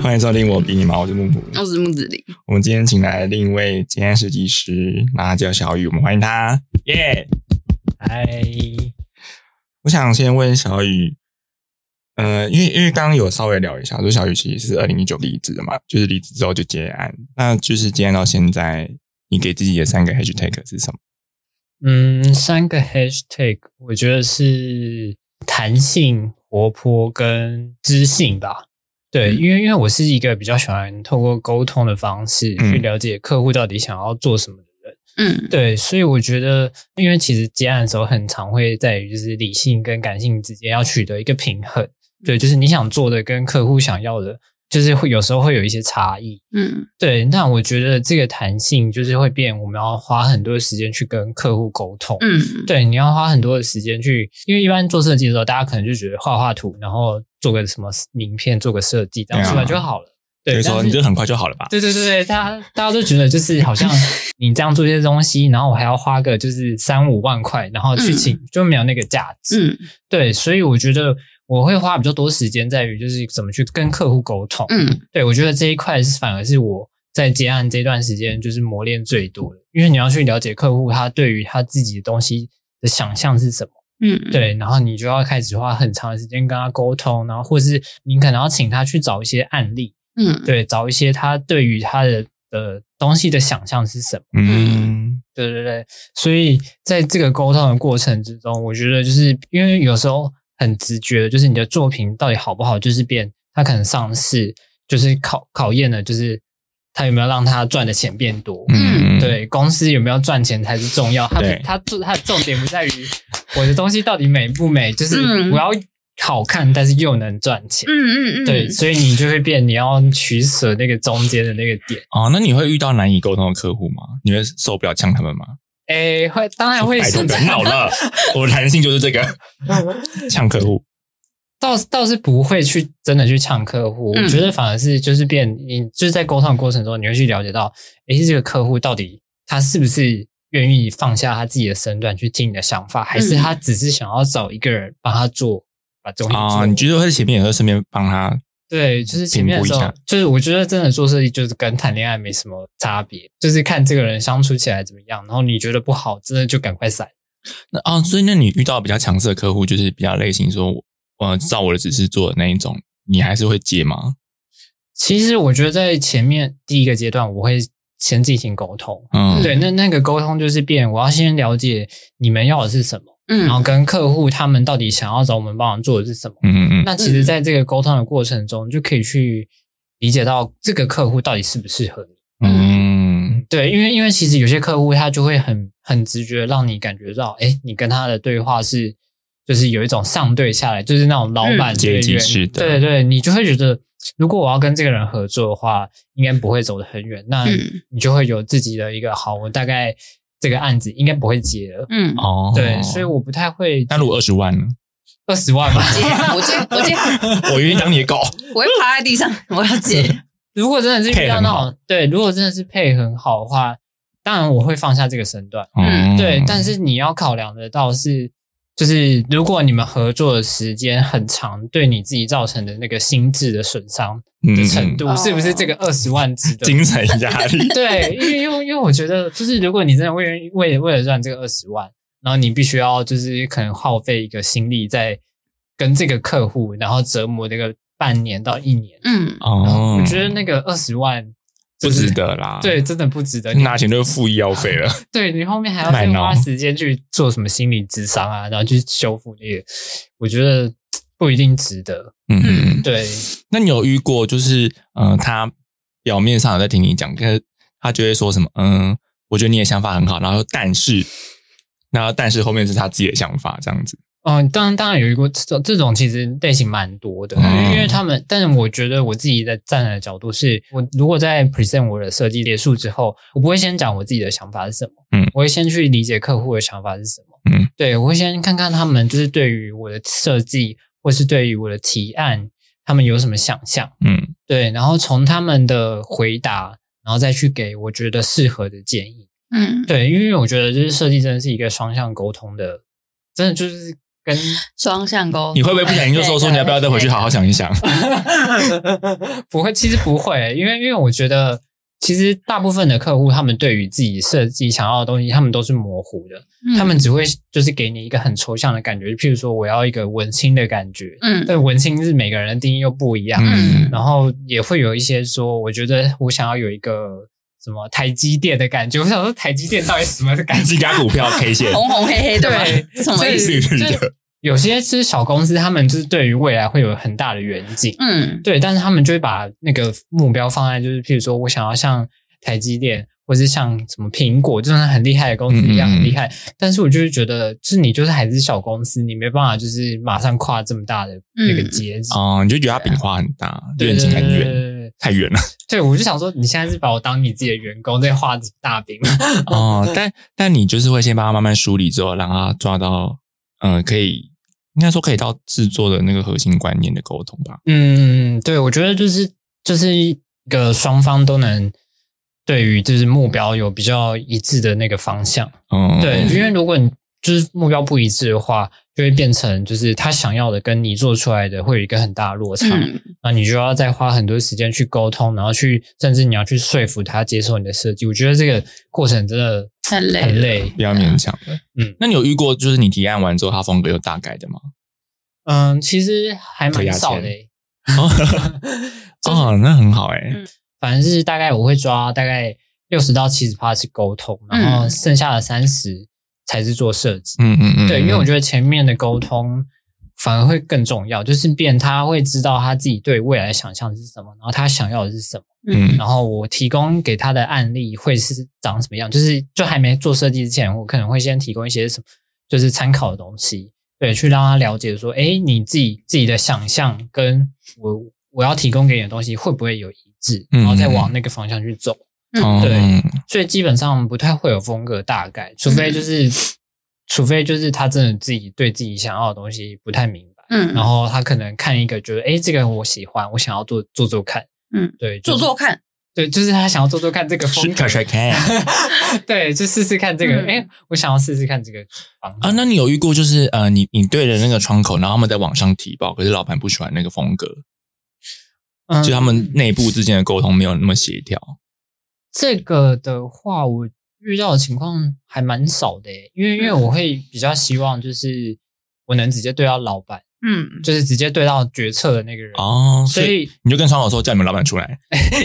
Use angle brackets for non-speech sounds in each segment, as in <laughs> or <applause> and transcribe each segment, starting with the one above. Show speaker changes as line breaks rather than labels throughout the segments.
欢迎收听我比你忙，我是木木。
我是木子林，
我们今天请来另一位接案设计师，那他叫小雨，我们欢迎他，耶、
嗨，
我想先问小雨，呃，因为因为刚刚有稍微聊一下，就是小雨其实是二零一九离职的嘛，就是离职之后就接案，那就是接案到现在，你给自己的三个 hashtag 是什么？
嗯，三个 hashtag 我觉得是弹性、活泼跟知性吧。对，
嗯
因为因为我是一个比较喜欢透过沟通的方式
嗯
去了解客户到底想要做什么的人。
嗯
对，所以我觉得，因为其实接案的时候很常会在于就是理性跟感性之间要取得一个平衡。对，就是你想做的跟客户想要的，就是会有时候会有一些差异。
嗯
对，那我觉得这个弹性就是会变，我们要花很多时间去跟客户沟通。
嗯，
对，你要花很多的时间去，因为一般做设计的时候，大家可能就觉得画画图，然后做个什么名片，做个设计，这样
对啊
出来就好了。
所
对，
以说
但
你
是
这很快就好了吧？
对对对对，大家大家都觉得就是好
<laughs>
像你这样做这些东西，然后我还要花个就是三五万块，然后去请、就没有那个价值。
嗯
对，所以我觉得我会花比较多时间在于就是怎么去跟客户沟通。
嗯
对，我觉得这一块是反而是我在接案这段时间就是磨练最多的，因为你要去了解客户他对于他自己的东西的想象是什么，
嗯，，
对，然后你就要开始花很长的时间跟他沟通，然后或是你可能要请他去找一些案例，
嗯对，
对，找一些他对于他的的东西的想象是什么。
嗯，
对对对，所以在这个沟通的过程之中，我觉得就是因为有时候很直觉的，就是你的作品到底好不好，就是变它可能上市，就是考考验了，就是它有没有让它赚的钱变多。
嗯，
对，公司有没有赚钱才是重要。它不
对
它重它的重点不在于我的东西到底美不美，就是
嗯
我要好看，但是又能赚钱。
嗯嗯嗯，
对，所以你就会变，你要取舍那个中间的那个点。
哦，那你会遇到难以沟通的客户吗？你会受不了呛他们吗？
哎，会当然会
拜托
是
不
这
要
样
闹
<laughs>
了，我的弹性就是这个呛客户。
倒是倒是不会去真的去呛客户，
嗯
我觉得反而是就是变你就是在沟通的过程中，你会去了解到，诶，这个客户到底他是不是愿意放下他自己的身段去听你的想法，还是他只是想要找一个人帮他做把东西
啊、
做？
你觉得会在前面有时候顺便帮他？
对，就是前面的时
评
候
估一下，
就是我觉得真的做设计就是跟谈恋爱没什么差别，就是看这个人相处起来怎么样，然后你觉得不好，真的就赶快闪。
那啊、所以那你遇到比较强势的客户，就是比较类型说，呃，照我的指示做的那一种，你还是会接吗？
其实我觉得在前面第一个阶段，我会先进行沟通，
嗯，
对，那那个沟通就是变，我要先了解你们要的是什么，
嗯，
然后跟客户他们到底想要找我们帮忙做的是什么。
嗯嗯嗯，
那其实，在这个沟通的过程中，就可以去理解到这个客户到底适不适合你。
嗯
对，因为因为其实有些客户他就会很很直觉，让你感觉到，哎，你跟他的对话是就是有一种上对下来，就是那种老板
嗯阶
对
级
员
式的
对对，你就会觉得，如果我要跟这个人合作的话，应该不会走得很远。那
嗯
你就会有自己的一个好，我大概这个案子应该不会接了。
嗯，
哦， <laughs>
对，所以我不太会
那如果二十万
<laughs>
呢？
二十万吧。
<laughs> 我接我接，
我愿意当你的狗。
我会趴在地上，我要接，
如果真的是遇到
配很
那
好
种对，如果真的是配很好的话，当然我会放下这个身段。
哦
嗯
对，但是你要考量得到是，就是如果你们合作的时间很长，对你自己造成的那个心智的损伤的
嗯哦
程度，
嗯
是不是这个二十万值得？，
精神压力
<laughs>
<laughs>
对，因为因为因为我觉得，就是如果你真的为为为了赚这个二十万，然后你必须要就是可能耗费一个心力在跟这个客户，然后折磨这个半年到一年，
嗯
哦，
我觉得那个二十万
不值。得啊啦。
对，，真的不值得。
拿钱就是付医药费了。
对你后面还要
买
再
脑
花时间去做什么心理智商啊，然后去修复那个，我觉得嘖不一定值得。
嗯嗯，嗯
对，
那你有遇过就是呃，他表面上有在听你讲，可是他就会说什么？嗯，我觉得你的想法很好，然后但是，然后但是后面是他自己的想法这样子。
嗯，当然，当然有一个这种这种其实类型蛮多的，
嗯
因为他们，但是我觉得我自己在站的角度是，我如果在 present 我的设计结束之后，我不会先讲我自己的想法是什么，
嗯
我会先去理解客户的想法是什么，
嗯，
对我会先看看他们就是对于我的设计或是对于我的提案，他们有什么想象，
嗯
对，然后从他们的回答，然后再去给我觉得适合的建议。
嗯，
对，因为我觉得就是设计真的是一个双向沟通的，真的就是跟
双向沟
哦
通，
你会不会不小心就说出你要不要再回去好好想一
<laughs>
想？
不会，其实不会，因为因为我觉得，其实大部分的客户他们对于自己设计想要的东西，他们都是模糊的，
嗯
他们只会就是给你一个很抽象的感觉，譬如说我要一个文青的感觉，
嗯
但文青是每个人的定义又不一样，
嗯，
然后也会有一些说，我觉得我想要有一个什么台积电的感觉，我想说台积电到底什么的感
自
觉
己？给他股票 K
<laughs>
线，
哦
红红黑黑的吗
对，
什么意思？
绿绿的，
有些是小公司，他们就是对于未来会有很大的远景，
嗯
对，但是他们就会把那个目标放在，就是譬如说我想要像台积电，或是像什么苹果这种很厉害的公司一
嗯
样
嗯嗯
很厉害，但是我就是觉得，就是你就是还是小公司，你没办法就是马上跨这么大的
嗯
那个阶级，
哦，你就觉得他饼画很大，
对
远
对
景
对
很
对
远，
对
太远
<laughs>
了。
对，我就想说，你现在是把我当你自己的员工在画大饼，
哦，但但你就是会先帮他慢慢梳理之后，让他抓到，呃，可以应该说可以到制作的那个核心观念的沟通吧。
嗯，对，我觉得就是就是一个双方都能对于就是目标有比较一致的那个方向。
嗯，
对，
嗯
因为如果你就是目标不一致的话，就会变成就是他想要的跟你做出来的会有一个很大的落差，
嗯
那你就要再花很多时间去沟通，然后去甚至你要去说服他接受你的设计。我觉得这个过程真的
太累
很
了
累。
不要勉强了。
嗯
那你有遇过就是你提案完之后，他风格有大改
<laughs>
的吗？
嗯，其实还蛮少的、欸
可哦，那很好哎、
嗯
反正是大概我会抓大概六十到七十趴是沟通，
嗯
然后剩下的三十才是做设计。
嗯嗯嗯，
对，因为我
得
觉得前面的沟通反而会更重要，就是变他会知道他自己对未来的想象是什么，然后他想要的是什么，
嗯
然后我提供给他的案例会是长什么样，就是就还没做设计之前，我可能会先提供一些什么就是参考的东西，对，去让他了解说，哎，你自己自己的想象跟我我要提供给你的东西会不会有一致，然后再
嗯
往那个方向去走。
哦
嗯对所以基本上不太会有风格大改，除非就是，除非就是他真的自己对自己想要的东西不太明白，
嗯，
然后他可能看一个觉得，哎，这个我喜欢，我想要做做做看，
嗯，
对，就
做
是
做，看，
对，就是他想要做做看这个风格，
看
<laughs> 对，就试试看这个，
嗯
哎、我想要试试看这个方
啊，那你有遇过就是呃，你你对着那个窗口，然后他们在网上提报，可是老板不喜欢那个风格，
那
就他们内部之间的沟通没有那么协调。
这个的话，我遇到的情况还蛮少的耶，因为因为我会比较希望就是我能直接对到老板，
嗯，
就是直接对到决策的那个人。
哦，
所以
你就跟窗口说，叫你们老板出来，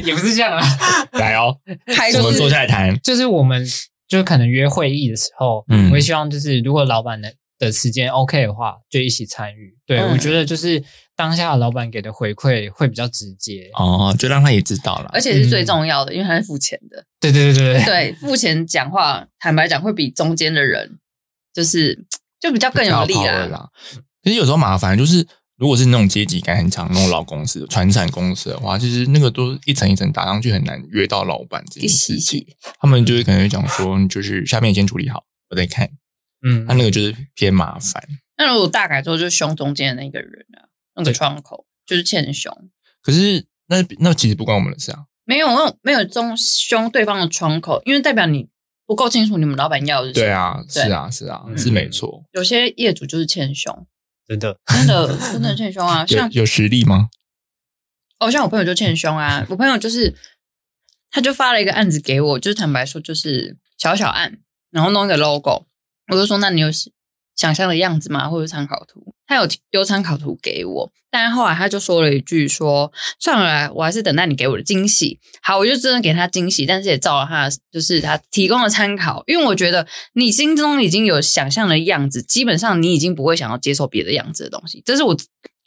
也不是这样啦，
来哦，
哎
开
我
就
们坐
是
下来谈。
<laughs> 就是我们就可能约会议的时候，
嗯
我会希望就是如果老板的的时间 OK 的话，就一起参与。对、
嗯
我觉得就是当下老板给的回馈会比较直接。
哦，就让他也知道了。
而且是最重要的，因为他是付钱的。
对对对
<laughs>
<laughs> 对对，
对，付钱讲话，坦白讲会比中间的人就是就比较更有力
比较 power
啦。
啦。其实有时候麻烦就是，如果是那种阶级感很强、那种老公司、传产公司的话，其实那个都是一层一层打上去，很难约到老板这
一
件事
洗一
情。
洗，
他们就会可能会讲说，你就是下面先处理好，我再看。
嗯
他，那个就是偏麻烦。
那如果大改之后，就凶中间的那个人啊，那个窗口就是欠凶，
可是那那其实不关我们的事啊。
没有那种没有中凶对方的窗口，因为代表你不够清楚你们老板要的是什么
对，啊，
对
是啊，是啊，
嗯
是没错。
有些业主就是欠凶，
真的， <laughs>
真的真的欠凶 <laughs> 啊，
有
像
有实力吗？
哦，像我朋友就欠凶啊，我朋友就是，他就发了一个案子给我，就是坦白说就是小小案，然后弄一个 logo，我就说那你有想象的样子吗？或者参考图？他有丢参考图给我，但后来他就说了一句说算了啦，我还是等待你给我的惊喜。好，我就真的给他惊喜，但是也照了他的就是他提供的参考，因为我觉得你心中已经有想象的样子，基本上你已经不会想要接受别的样子的东西，这是我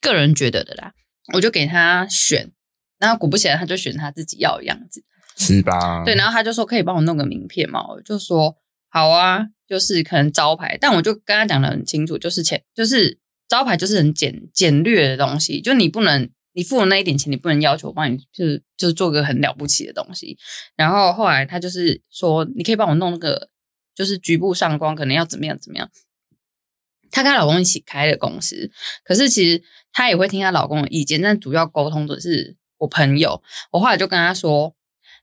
个人觉得的啦。我就给他选，然后果不其然，他就选他自己要的样子。
是吧？
对，然后他就说可以帮我弄个名片嘛，我就说好啊，就是可能招牌，但我就跟他讲的很清楚，就是钱，就是招牌就是很简简略的东西，就你不能。你付了那一点钱，你不能要求我帮你，就是就是做个很了不起的东西。然后后来他就是说，你可以帮我弄那个，就是局部上光，可能要怎么样怎么样。她跟她老公一起开的公司，可是其实她也会听她老公的意见，但主要沟通的是我朋友。我后来就跟她说，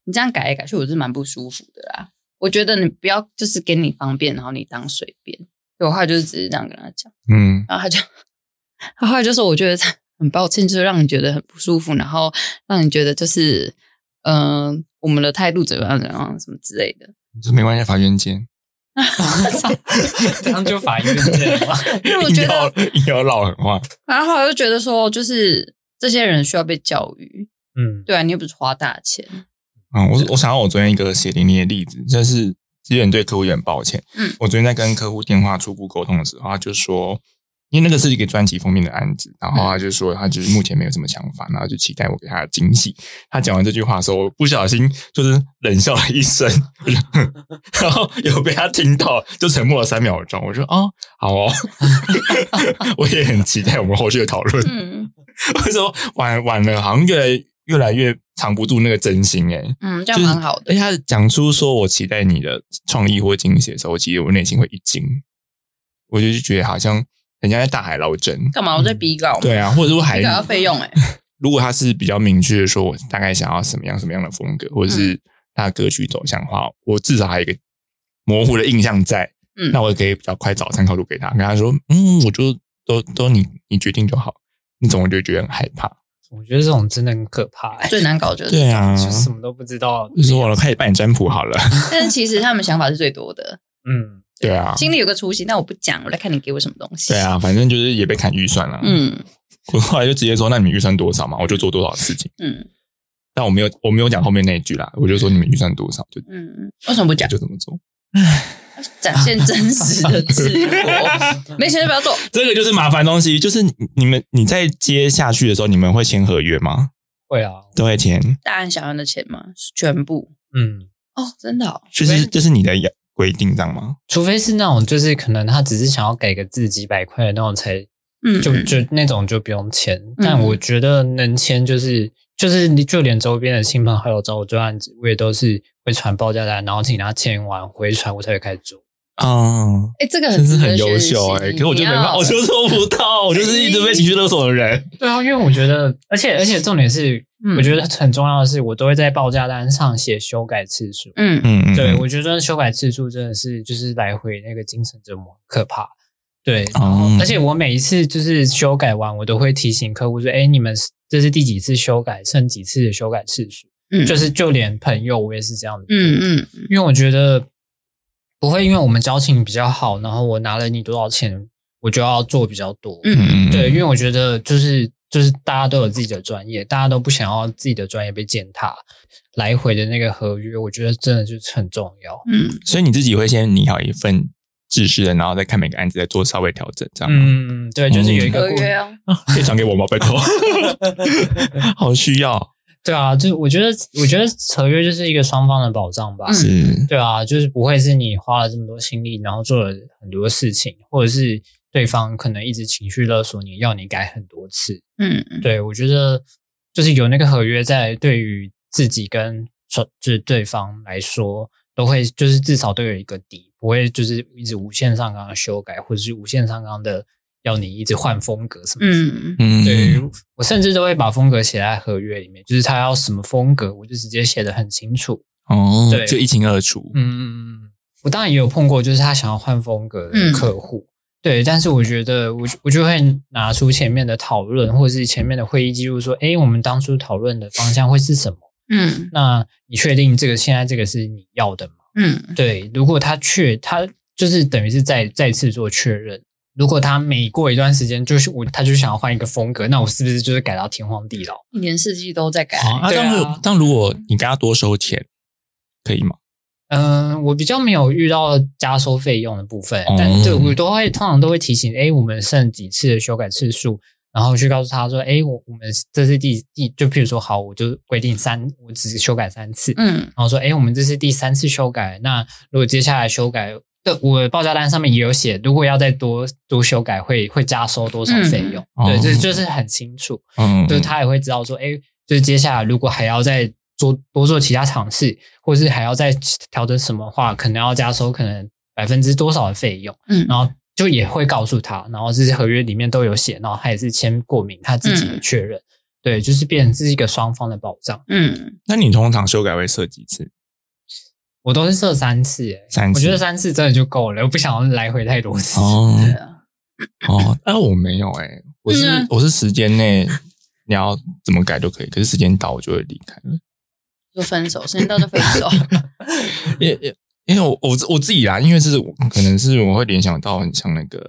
你这样改来改去，我是蛮不舒服的啦。我觉得你不要就是给你方便，然后你当随便。所以我后来就是只是这样跟他讲，
嗯，
然后他就，他后来就说，我觉得很抱歉，就是让你觉得很不舒服，然后让你觉得就是，嗯、我们的态度怎么样怎么样什么之类的。
这没关系，法院见。
这样就法院见了吗？ <laughs>
因为我觉得，
<laughs> 硬要唠狠话，
然后后来就觉得说，就是这些人需要被教育。
嗯，
对啊，你又不是花大钱，
嗯，我我想到我昨天一个血淋淋的例子，就是其实很对客户也很抱歉。
嗯
我昨天在跟客户电话初步沟通的时候，他就说，因为那个是一个专辑封面的案子，然后他就说他就是目前没有什么想法，然后就期待我给他的惊喜。他讲完这句话的时候，我不小心就是冷笑了一声， <laughs> 我就然后有被他听到，就沉默了三秒钟。我说哦，好哦， <laughs> 我也很期待我们后续的讨论。
嗯
<laughs> 我说晚晚了，好像越来越来越藏不住那个真心哎、
嗯，这样蛮好
而
的
且。他讲出说我期待你的创意或惊喜的时候，其实我内心会一惊，我就觉得好像人家在大海捞针。
干嘛？我在逼
<laughs>
稿，
对啊，或者说还
逼稿要费用哎、
如果他是比较明确的说，我大概想要什么样什么样的风格，或者是他的歌曲走向的话，我至少还有一个模糊的印象在。
嗯
那我可以比较快找参考度给他，跟他说，嗯，我就都都你你决定就好。那种我就觉得很害怕。
我觉得这种真的很可怕、欸，
最难搞就是
对啊，
就什么都不知道。
就是我可以帮你占卜好了。
<laughs> 但是其实他们想法是最多的，
嗯，
对啊，
心里有个雏形，但我不讲，我来看你给我什么东西。
对，啊，反正就是也被砍预算了。，
嗯
我后来就直接说，那你们预算多少嘛，我就做多少事情。
嗯
但我没有，我没有讲后面那一句啦，我就说你们预算多少就
嗯，为什么不讲？
就这么做。
展现真实的自我，
<laughs>
没钱就不要做。
这个就是麻烦东西，就是你你们你在接下去的时候，你们会签合约吗？
会啊，
都会签，
大案小案的钱吗？是全部
嗯，
哦，真的、哦，
就
除
是
非
这是你的规定，这样吗？
除非是那种就是可能他只是想要给个字几百块的那种才
嗯，
就
嗯
就那种就不用签。但我觉得能签就是就是你就连周边的亲朋好友找我做案子，我也都是会传报价单，然后请他签完回传，我才会开始做。
啊，
哎、这个
真
值
是
得
很优
学习
秀哎、可是我就没办
你
法，
要
我就做不到，我就是一直被情绪勒索的人。
对啊，因为我觉得，而且而且重点是，
嗯
我觉得很重要的是，我都会在报价单上写修改次数。
嗯
嗯，嗯
对，
嗯
我觉得修改次数真的是就是来回那个精神折磨，可怕。对，
哦
嗯
而且我每一次就是修改完，我都会提醒客户说：“哎，你们这是第几次修改，剩几次的修改次数。”
嗯，
就是就连朋友，我也是这样的。
嗯嗯
因为我觉得不会，因为我们交情比较好，然后我拿了你多少钱，我就要做比较多。
嗯
嗯，
对，因为我觉得就是就是大家都有自己的专业，大家都不想要自己的专业被践踏，来回的那个合约，我觉得真的就是很重要。
嗯
所以你自己会先拟好一份制式的，然后再看每个案子再做稍微调整，这样吗？
嗯，对，就是有一
嗯，
个
合
固
约哦，
可以传给我吗？拜
<laughs>
托，好需要。
对啊，就我觉得我觉得合约就是一个双方的保障吧。
嗯
是，
对啊，就是不会是你花了这么多心力，然后做了很多事情，或者是对方可能一直情绪勒索你，要你改很多次。
嗯嗯
对我觉得就是有那个合约在，对于自己跟双就是对方来说，都会就是至少都有一个底，不会就是一直无限上纲的修改，或者是无限上纲的要你一直换风格什么之类的。
嗯
嗯，
对我甚至都会把风格写在合约里面，就是他要什么风格，我就直接写的很清楚。
哦，
对
就一清二楚。
嗯，我当然也有碰过，就是他想要换风格的客户，对，但是我觉得我我就会拿出前面的讨论，或是前面的会议记录，说，诶，我们当初讨论的方向会是什么？
嗯
那你确定这个现在这个是你要的吗？
嗯
对，如果他确他就是等于是再再次做确认。如果他每过一段时间就是我，他就想要换一个风格，那我是不是就是改到天荒地老？
一年四季都在改，
啊，那
对
这
啊
样如但如果你跟他多收钱，可以吗？
嗯，我比较没有遇到加收费用的部分，
哦
但对我都会通常都会提醒，哎，我们剩几次的修改次数，然后去告诉他说，哎，我我们这是第第，就譬如说，好，我就规定三，我只修改三次，
嗯
然后说，哎，我们这是第三次修改，那如果接下来修改，对，我的报价单上面也有写，如果要再多多修改，会会加收多少费用？
嗯
对，
哦
这就是很清楚。
嗯，
就是他也会知道说，哎、就是接下来如果还要再做多做其他尝试，或是还要再调整什么的话，可能要加收可能百分之多少的费用，
嗯
然后就
嗯
也会告诉他，然后这些合约里面都有写，然后他也是签过名，他自己的确认。对，就是变成是一个双方的保障。
嗯，
那你通常修改会设几次？
我都是设三次、欸，
三次
我觉得三次真的就够了，我不想要来回太多次。
哦
对啊，
哦，但我没有哎、我是、
嗯啊
我是时间内你要怎么改都可以，可是时间到我就会离开了。
就分手，时间到就分
<laughs>
手。
也也因为我我自我自己啦，因为是我可能是我会联想到很像那个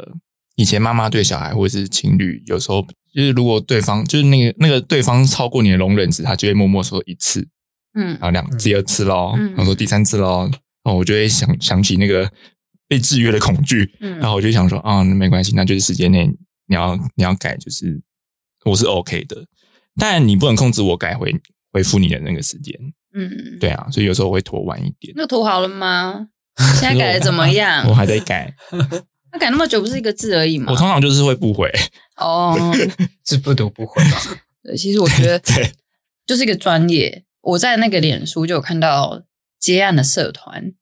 以前妈妈对小孩或者是情侣，有时候就是如果对方就是那个那个对方超过你的容忍值，他就会默默说一次，
嗯
然后两
嗯
第二次咯，
嗯
然后说第三次咯，然后我就会想想起那个被制约的恐惧，然
嗯
后我就想说啊，那没关系，那就是时间内你要你要改，就是我是 OK 的，但你不能控制我改回回复你的那个时间，
嗯，
对啊，所以有时候我会拖晚一点，
那涂好了吗？
<laughs>
现在改的怎么样
我？还在改。
那改那么久不是一个字而已吗
我？通常就是会不回， <laughs>
哦，
<laughs> 是不读不回吧？
对，其实我觉
<laughs>
得
对
就是一个专业。我在那个脸书就有看到接案的社团，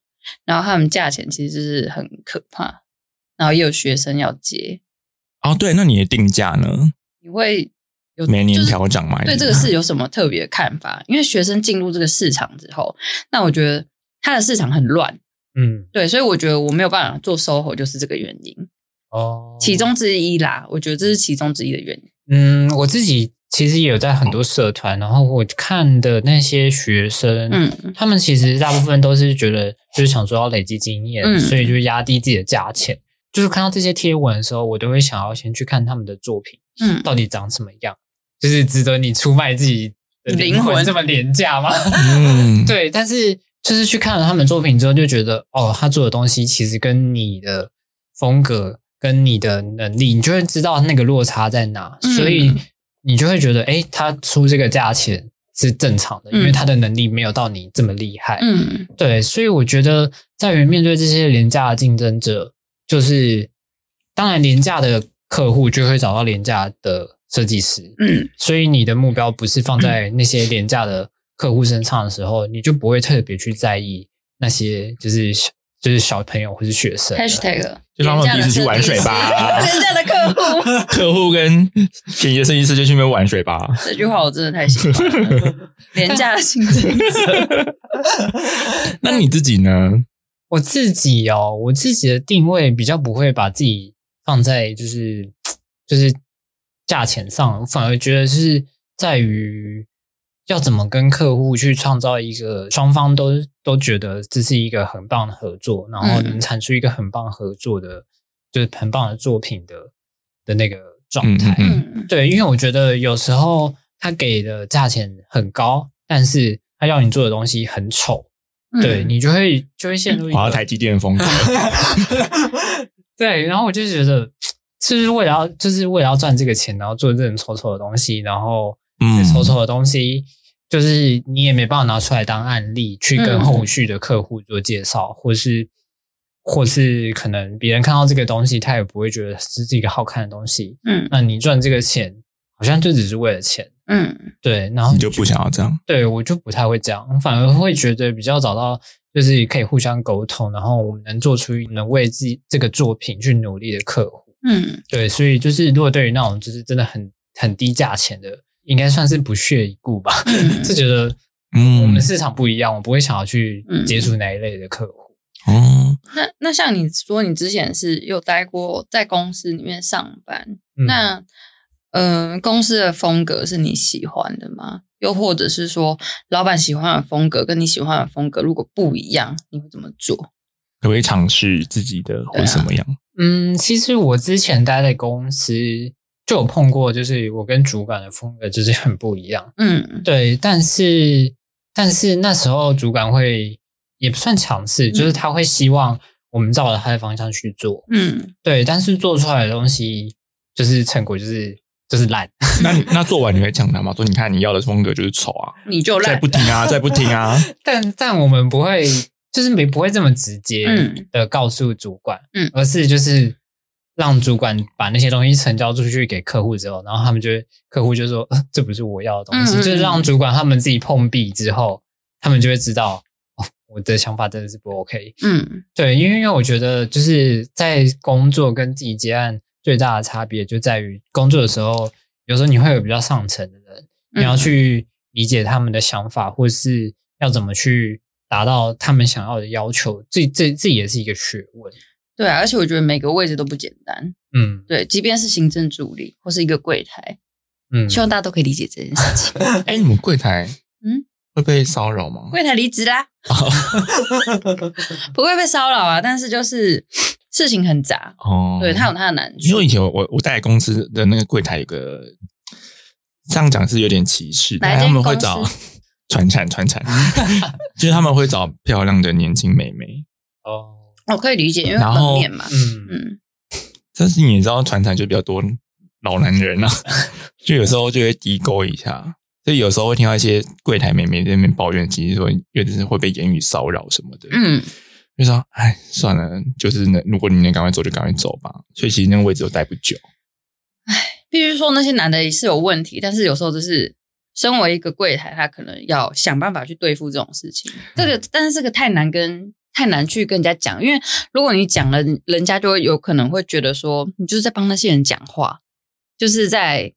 然后他们价钱其实就是很可怕，然后也有学生要接，
哦，对，那你的定价呢？
你会有
每年
就是
调整吗？
对这个事有什么特别的看法？因为学生进入这个市场之后，那我觉得他的市场很乱，
嗯，
对，所以我觉得我没有办法做 SOHO，就是这个原因，
<laughs>
哦，
其中之一啦。我觉得这是其中之一的原因。
嗯，我自己其实也有在很多社团，然后我看的那些学生，
嗯
他们其实大部分都是觉得就是想说要累积经验，
嗯
所以就压低自己的价钱。就是看到这些贴文的时候，我都会想要先去看他们的作品
嗯，
到底长什么样，就是值得你出卖自己的灵
灵
魂
魂
这么廉价吗？ <laughs>
嗯，
对，但是就是去看了他们作品之后，就觉得哦，他做的东西其实跟你的风格、跟你的能力，你就会知道那个落差在哪，
嗯
所以你就会觉得，哎，他出这个价钱是正常的，因为
嗯
他的能力没有到你这么厉害。
嗯
对，所以我觉得在于面对这些廉价的竞争者，就是当然廉价的客户就会找到廉价的设计师，
嗯
所以你的目标不是放在那些廉价的客户身上的时候，你就不会特别去在意那些就是小就是小朋友或是学生。啊
，#hashtag
就让他们彼此去玩水吧
廉价的客
<laughs>
户，
客户跟便宜的设计师就去那边玩水
<laughs>
吧。
这句话我真的太喜欢了，廉价的竞争
嗯
者。
那你自己呢？
我自己哦，我自己的定位比较不会把自己放在就是就是价钱上，我反而觉得是在于要怎么跟客户去创造一个双方都都觉得这是一个很棒的合作，然后
嗯
能产出一个很棒合作的，就是很棒的作品的的那个状态。
嗯
嗯
对，因为我觉得有时候他给的价钱很高，但是他要你做的东西很丑，
嗯
对你就会就会陷入一
我要
个
台积电的风格，
对，然后我就觉得，是不是为了要就是为了要赚这个钱，然后做这种丑丑的东西，然后
嗯
丑丑的东西，就是你也没办法拿出来当案例去跟
嗯
后续的客户做介绍，或是或是可能别人看到这个东西，他也不会觉得是一个好看的东西。
嗯
那你赚这个钱，好像就只是为了钱，
嗯
对，然后
<laughs> 你就不想要这样。
对我就不太会这样，我反而会觉得比较找到就是可以互相沟通，然后我们能做出能为自己这个作品去努力的客户。
嗯
对，所以就是如果对于那种就是真的很很低价钱的，应该算是不屑一顾吧， <laughs>
嗯
就觉得
嗯
我们市场不一样，我不会想要去
嗯
接触那一类的客户。
哦，
那那像你说，你之前是有待过在公司里面上班，
嗯
那嗯、呃公司的风格是你喜欢的吗？又或者是说，老板喜欢的风格跟你喜欢的风格如果不一样，你会怎么做？
可不可以尝试自己的或什么
啊
样？
嗯，其实我之前待的公司就有碰过，就是我跟主管的风格就是很不一样。
嗯
对，但是但是那时候主管会也不算强势，就是他会希望我们照着他的方向去做。
嗯
对，但是做出来的东西就是成果就是就是烂。
那你那做完你会讲他吗？说你看你要的风格就是丑啊，
你就
再
烂
不，听啊，再不听啊，
<laughs>
但但我们不会，就是没不会这么直接
嗯
的告诉主管，
嗯
而是就是让主管把那些东西成交出去给客户之后，然后他们就会客户就说、呃、这不是我要的东西，
嗯嗯嗯
就是让主管他们自己碰壁之后，他们就会知道哦，我的想法真的是不 OK。
嗯
对，因为因为我觉得就是在工作跟自己接案最大的差别就在于工作的时候，有时候你会有比较上层的人，
嗯
你要去理解他们的想法，或是要怎么去达到他们想要的要求，这这这也是一个学问。
对啊，而且我觉得每个位置都不简单。
嗯
对，即便是行政助理或是一个柜台，
嗯，
希望大家都可以理解这件事情。
<laughs> 哎，你们柜台
嗯
会被骚扰吗？
柜台离职啦，
哦
<laughs> 不会被骚扰啊，但是就是事情很杂，
哦，
对他有他的难
因
处
为。以前我我在公司的那个柜台有个，这样讲是有点歧视，
哪一
但他
间
们会
公司
找传产传
<laughs>
产， <laughs> 就是他们会找漂亮的年轻妹妹。
哦，
我可以理解，因为
然后
门面嘛，
嗯
嗯，
但是你也知道，传产就比较多老男人啊， <laughs> 就有时候就会低勾一下，所以有时候会听到一些柜台妹妹在那边抱怨，其实说有的是会被言语骚扰什么的。
嗯，
就说哎，算了，就是能如果你能赶快走就赶快走吧。所以其实那个位置都待不久。
必须说那些男的也是有问题，但是有时候就是身为一个柜台，他可能要想办法去对付这种事情。这
嗯
个，但是这个太难跟太难去跟人家讲，因为如果你讲了，人家就会有可能会觉得说你就是在帮那些人讲话，就是在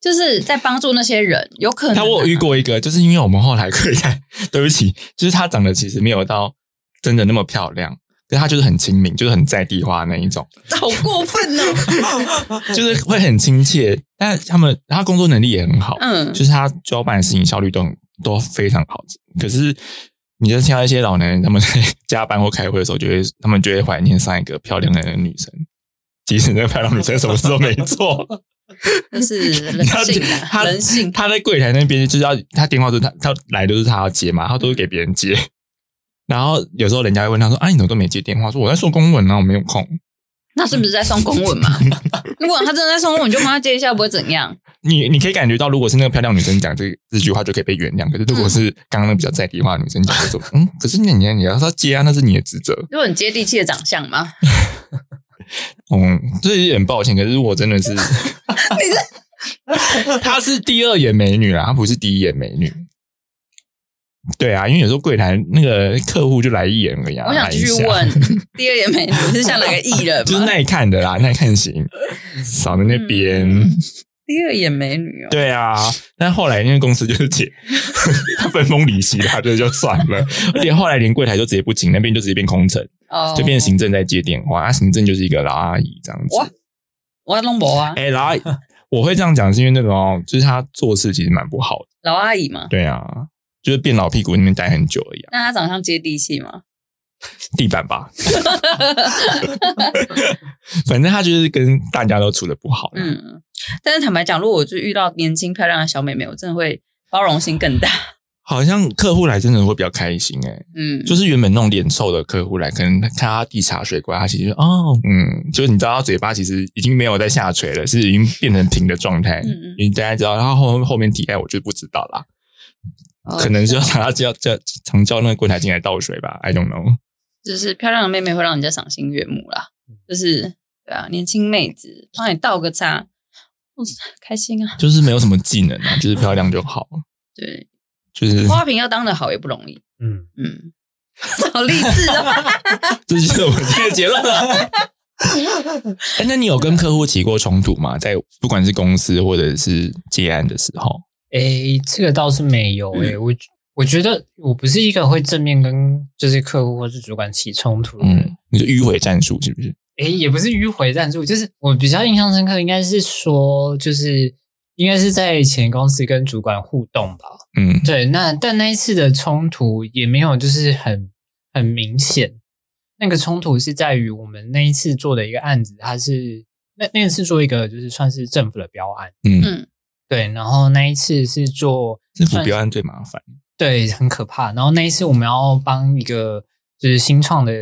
就是在帮助那些人，有可能、啊。
但我有遇过一个，就是因为我们后来柜台，对不起， <laughs> 就是她长得其实没有到真的那么漂亮，可是她就是很亲民，就是很在地化那一
<laughs>
种，
<laughs> 好过分
<laughs>
哦，
就是会很亲切。但他们她工作能力也很好，
嗯
就是她交办的事情效率都很都非常好。可是你就听到一些老男人他们在加班或开会的时候，就会他们就会怀念上一个漂亮的女生。其实那个漂亮女生什么事都没做，<laughs>
这是人性啊，
他
人性。
他在柜台那边就是要他电话都是他他来都是他要接嘛，他都是给别人接。 <laughs> 然后有时候人家会问他说：“啊，你怎么都没接电话？”说：“我在做公文啊，我没有空。
那是不是在送公文嘛？ <laughs> 如果他真的在送公文，你就帮他接一下，不会怎样。
你”你可以感觉到，如果是那个漂亮女生讲这这句话，就可以被原谅。可是如果是刚刚那比较在地化的女生讲，就说：“嗯， <laughs> 可是你你你要他接啊，那是你的职责。
就很接地气的长相嘛。”
嗯，这有点抱歉。可是我真的是，她是第二眼美女啊，她不是第一眼美女。对啊，因为有时候柜台那个客户就来一眼而已、啊。
我想继续
来一下 <laughs>
问，第二眼美女是像哪个艺人吗？
就是耐看的啦，耐看
<laughs>
型，扫在那边。
嗯第二眼美女哦。
对啊，但后来因为公司就是解， <laughs> 他分崩离析啦，这就算了。而且后来连柜台都直接不请，那边就直接变空城，
哦，
就变行政在接电话。啊，行政就是一个老阿姨这样子。
哇我要弄博啊，
哎、老阿姨，我会这样讲是因为那个哦，就是她做事其实蛮不好的。
老阿姨嘛。
对啊，就是变老屁股那边待很久而已、啊。
那她长相接地气吗？
地板吧， <laughs> 反正她就是跟大家都处的不好。嗯，
嗯，但是坦白讲，如果我就遇到年轻漂亮的小妹妹，我真的会包容心更大。
好像客户来真的会比较开心哎、
嗯，
就是原本那种脸臭的客户来，可能看他递茶水过来，他其实就哦，嗯，就是你知道他嘴巴其实已经没有在下垂了，是已经变成平的状态。
嗯嗯
你大家知道，然后后后面体态我就不知道啦，
哦
可能就要他叫叫常叫那个柜台进来倒水吧，I don't
<laughs>
know。
就是漂亮的妹妹会让人家赏心悦目啦。就是对啊，年轻妹子帮你倒个茶，我开心啊。
就是没有什么技能啊，就是漂亮就好，
对，
就是
花瓶要当的好也不容易。
嗯，
嗯，好励志啊！
<laughs> 这就是我今天的结论了。哎，那你有跟客户起过冲突吗？在不管是公司或者是接案的时候，
诶，这个倒是没有诶、
嗯
我我觉得我不是一个会正面跟就是客户或是主管起冲突的人，
嗯，你就迂回战术是不是？
诶，也不是迂回战术，就是我比较印象深刻，应该是说，就是应该是在前公司跟主管互动吧。
嗯，
对，那但那一次的冲突也没有就是很很明显，那个冲突是在于我们那一次做的一个案子，它是那那次做一个就是算是政府的标案，
嗯，
对，然后那一次是做
政府标案最麻烦。
对，很可怕。然后那一次我们要帮一个就是新创的，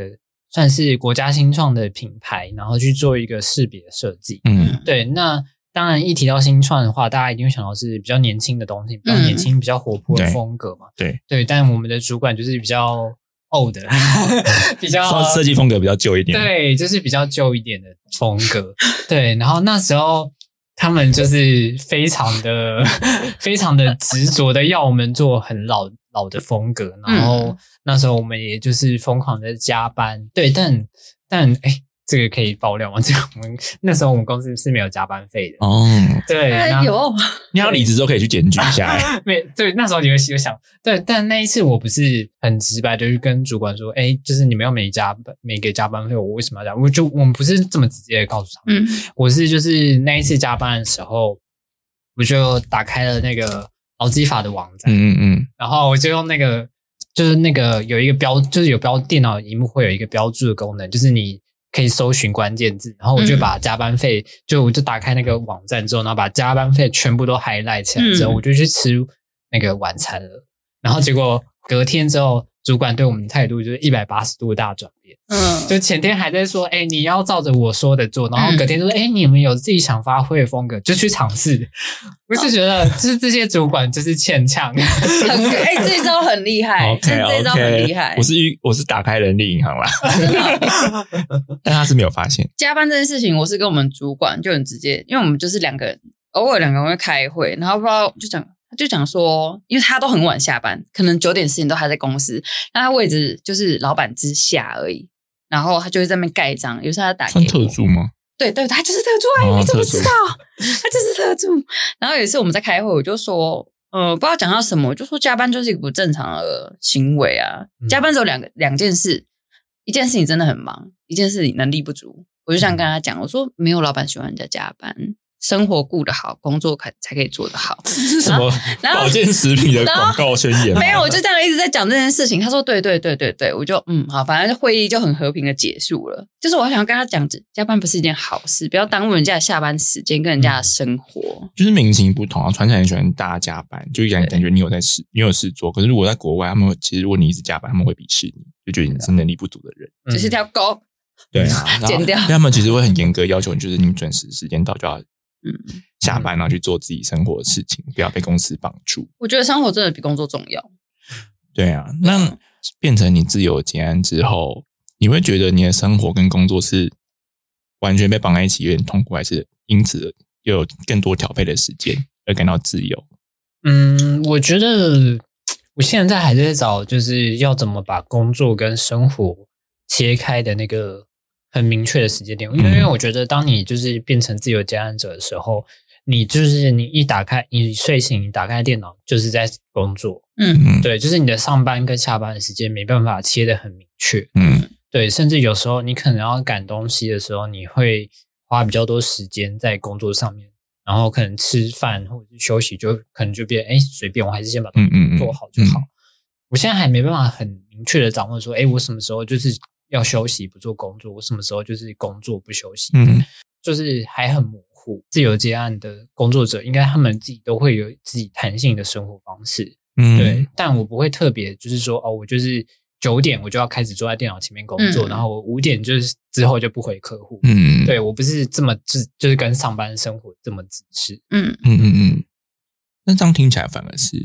算是国家新创的品牌，然后去做一个识别设计。
嗯
对，那当然一提到新创的话，大家一定会想到是比较年轻的东西，比较年轻、比较活泼的
嗯对
风格嘛。
对
对，但我们的主管就是比较
<laughs>
old，比较
稍设计风格比较旧一点。，
对，就是比较旧一点的风格。对，然后那时候他们就是非常的、 <laughs> 非常的执着的要我们做很老老的风格，然后那时候我们也就是疯狂的加班。对，但但哎，这个可以爆料吗？ <laughs> 这个我们那时候我们公司是没有加班费的。
哦，
对，然
哎
后
有
你要离职之后可以去检举一下、
啊
欸
没对，那时候你会有想对，但那一次我不是很直白的去跟主管说，哎，就是你们要没加班没给加班费，我为什么要加？我就我们不是这么直接的告诉他们，
嗯
我是就是那一次加班的时候，我就打开了那个劳基法的网站，
嗯嗯嗯，
然后我就用那个，就是那个有一个标，就是有标电脑荧幕会有一个标注的功能，就是你可以搜寻关键字，然后我就
嗯
把加班费，就我就打开那个网站之后，然后把加班费全部都 highlight 起来之后，
嗯
我就去吃那个晚餐了。然后结果隔天之后，主管对我们的态度就是一百八十度的大转变。
嗯，
就前天还在说，哎、你要照着我说的做，然后
嗯
隔天就说，哎、你们有自己想发挥的风格，就去尝试。我
哦
是觉得，就是这些主管就是
<laughs>
欠呛。
很哎，这一招很厉害，这
OK
哎这一招
OK，
很厉害
我。是遇我是打开人力银
<laughs>
行啦，但他是没有发现。
加班这件事情，我是跟我们主管就很直接，因为我们就是两个人，偶尔两个人会开会，然后不知道就讲。他就讲说，因为他都很晚下班，可能九点十点都还在公司，那他位置就是老板之下而已。然后他就会在那边盖章，有时候他打给
算
我
特助吗？
对对，他就是特助啊！
哦
你怎么
特助
知道？他就是特助。然后有一次我们在开会，我就说，呃，不知道讲到什么，我就说加班就是一个不正常的行为啊。
嗯
加班只有两个两件事，一件事你真的很忙，一件事你能力不足。我就这
嗯
样跟他讲，我说没有老板喜欢人家加班，生活顾得好，工作才才可以做得好。
这是 <laughs> 什么
啊然后
<laughs> 保健食品的广告宣 <laughs> 言吗？
没有，我就这样一直在讲这件事情。他说对对对对对，我就嗯好，反正会议就很和平的结束了。就是我想要跟他讲，加班不是一件好事，不要耽误人家的下班时间跟人家的生活。
就是民情不同啊，船厂也喜欢大家加班，就感
对
感觉你有在事，你有事做。可是如果在国外，他们会其实如果你一直加班，他们会鄙视你，就觉得你是能力不足的人。
只是条狗，
对啊，然后
啊 <laughs> 剪掉
因为他们其实会很严格要求你，就是你准时时间到就要
嗯，
下班，然后去做自己生活的事情，不要被公司绑住。
我觉得生活真的比工作重要。
对啊，那变成你自由结案之后，你会觉得你的生活跟工作是完全被绑在一起，有点痛苦，还是因此又有更多调配的时间而感到自由？
嗯，我觉得我现在还在找，就是要怎么把工作跟生活切开的那个很明确的时间点，因为因为我觉得，当你就是变成自由接案者的时候，你就是你一打开，你睡醒，你打开电脑就是在工作，
嗯
嗯
对，就是你的上班跟下班的时间没办法切得很明确，
嗯
对，甚至有时候你可能要赶东西的时候，你会花比较多时间在工作上面，然后可能吃饭或者是休息就可能就变哎随便，我还是先把东
嗯嗯
西
嗯
做好就好。我现在还没办法很明确的掌握说，哎，我什么时候就是要休息不做工作，我什么时候就是工作不休息，
嗯，
就是还很模糊。自由接案的工作者，应该他们自己都会有自己弹性的生活方式，
嗯，
对，但我不会特别就是说哦，我就是九点我就要开始坐在电脑前面工作，
嗯
然后我五点就是之后就不回客户。
嗯，
对我不是这么就是就是跟上班生活这么自私。
嗯，
嗯嗯嗯。那这样听起来反而是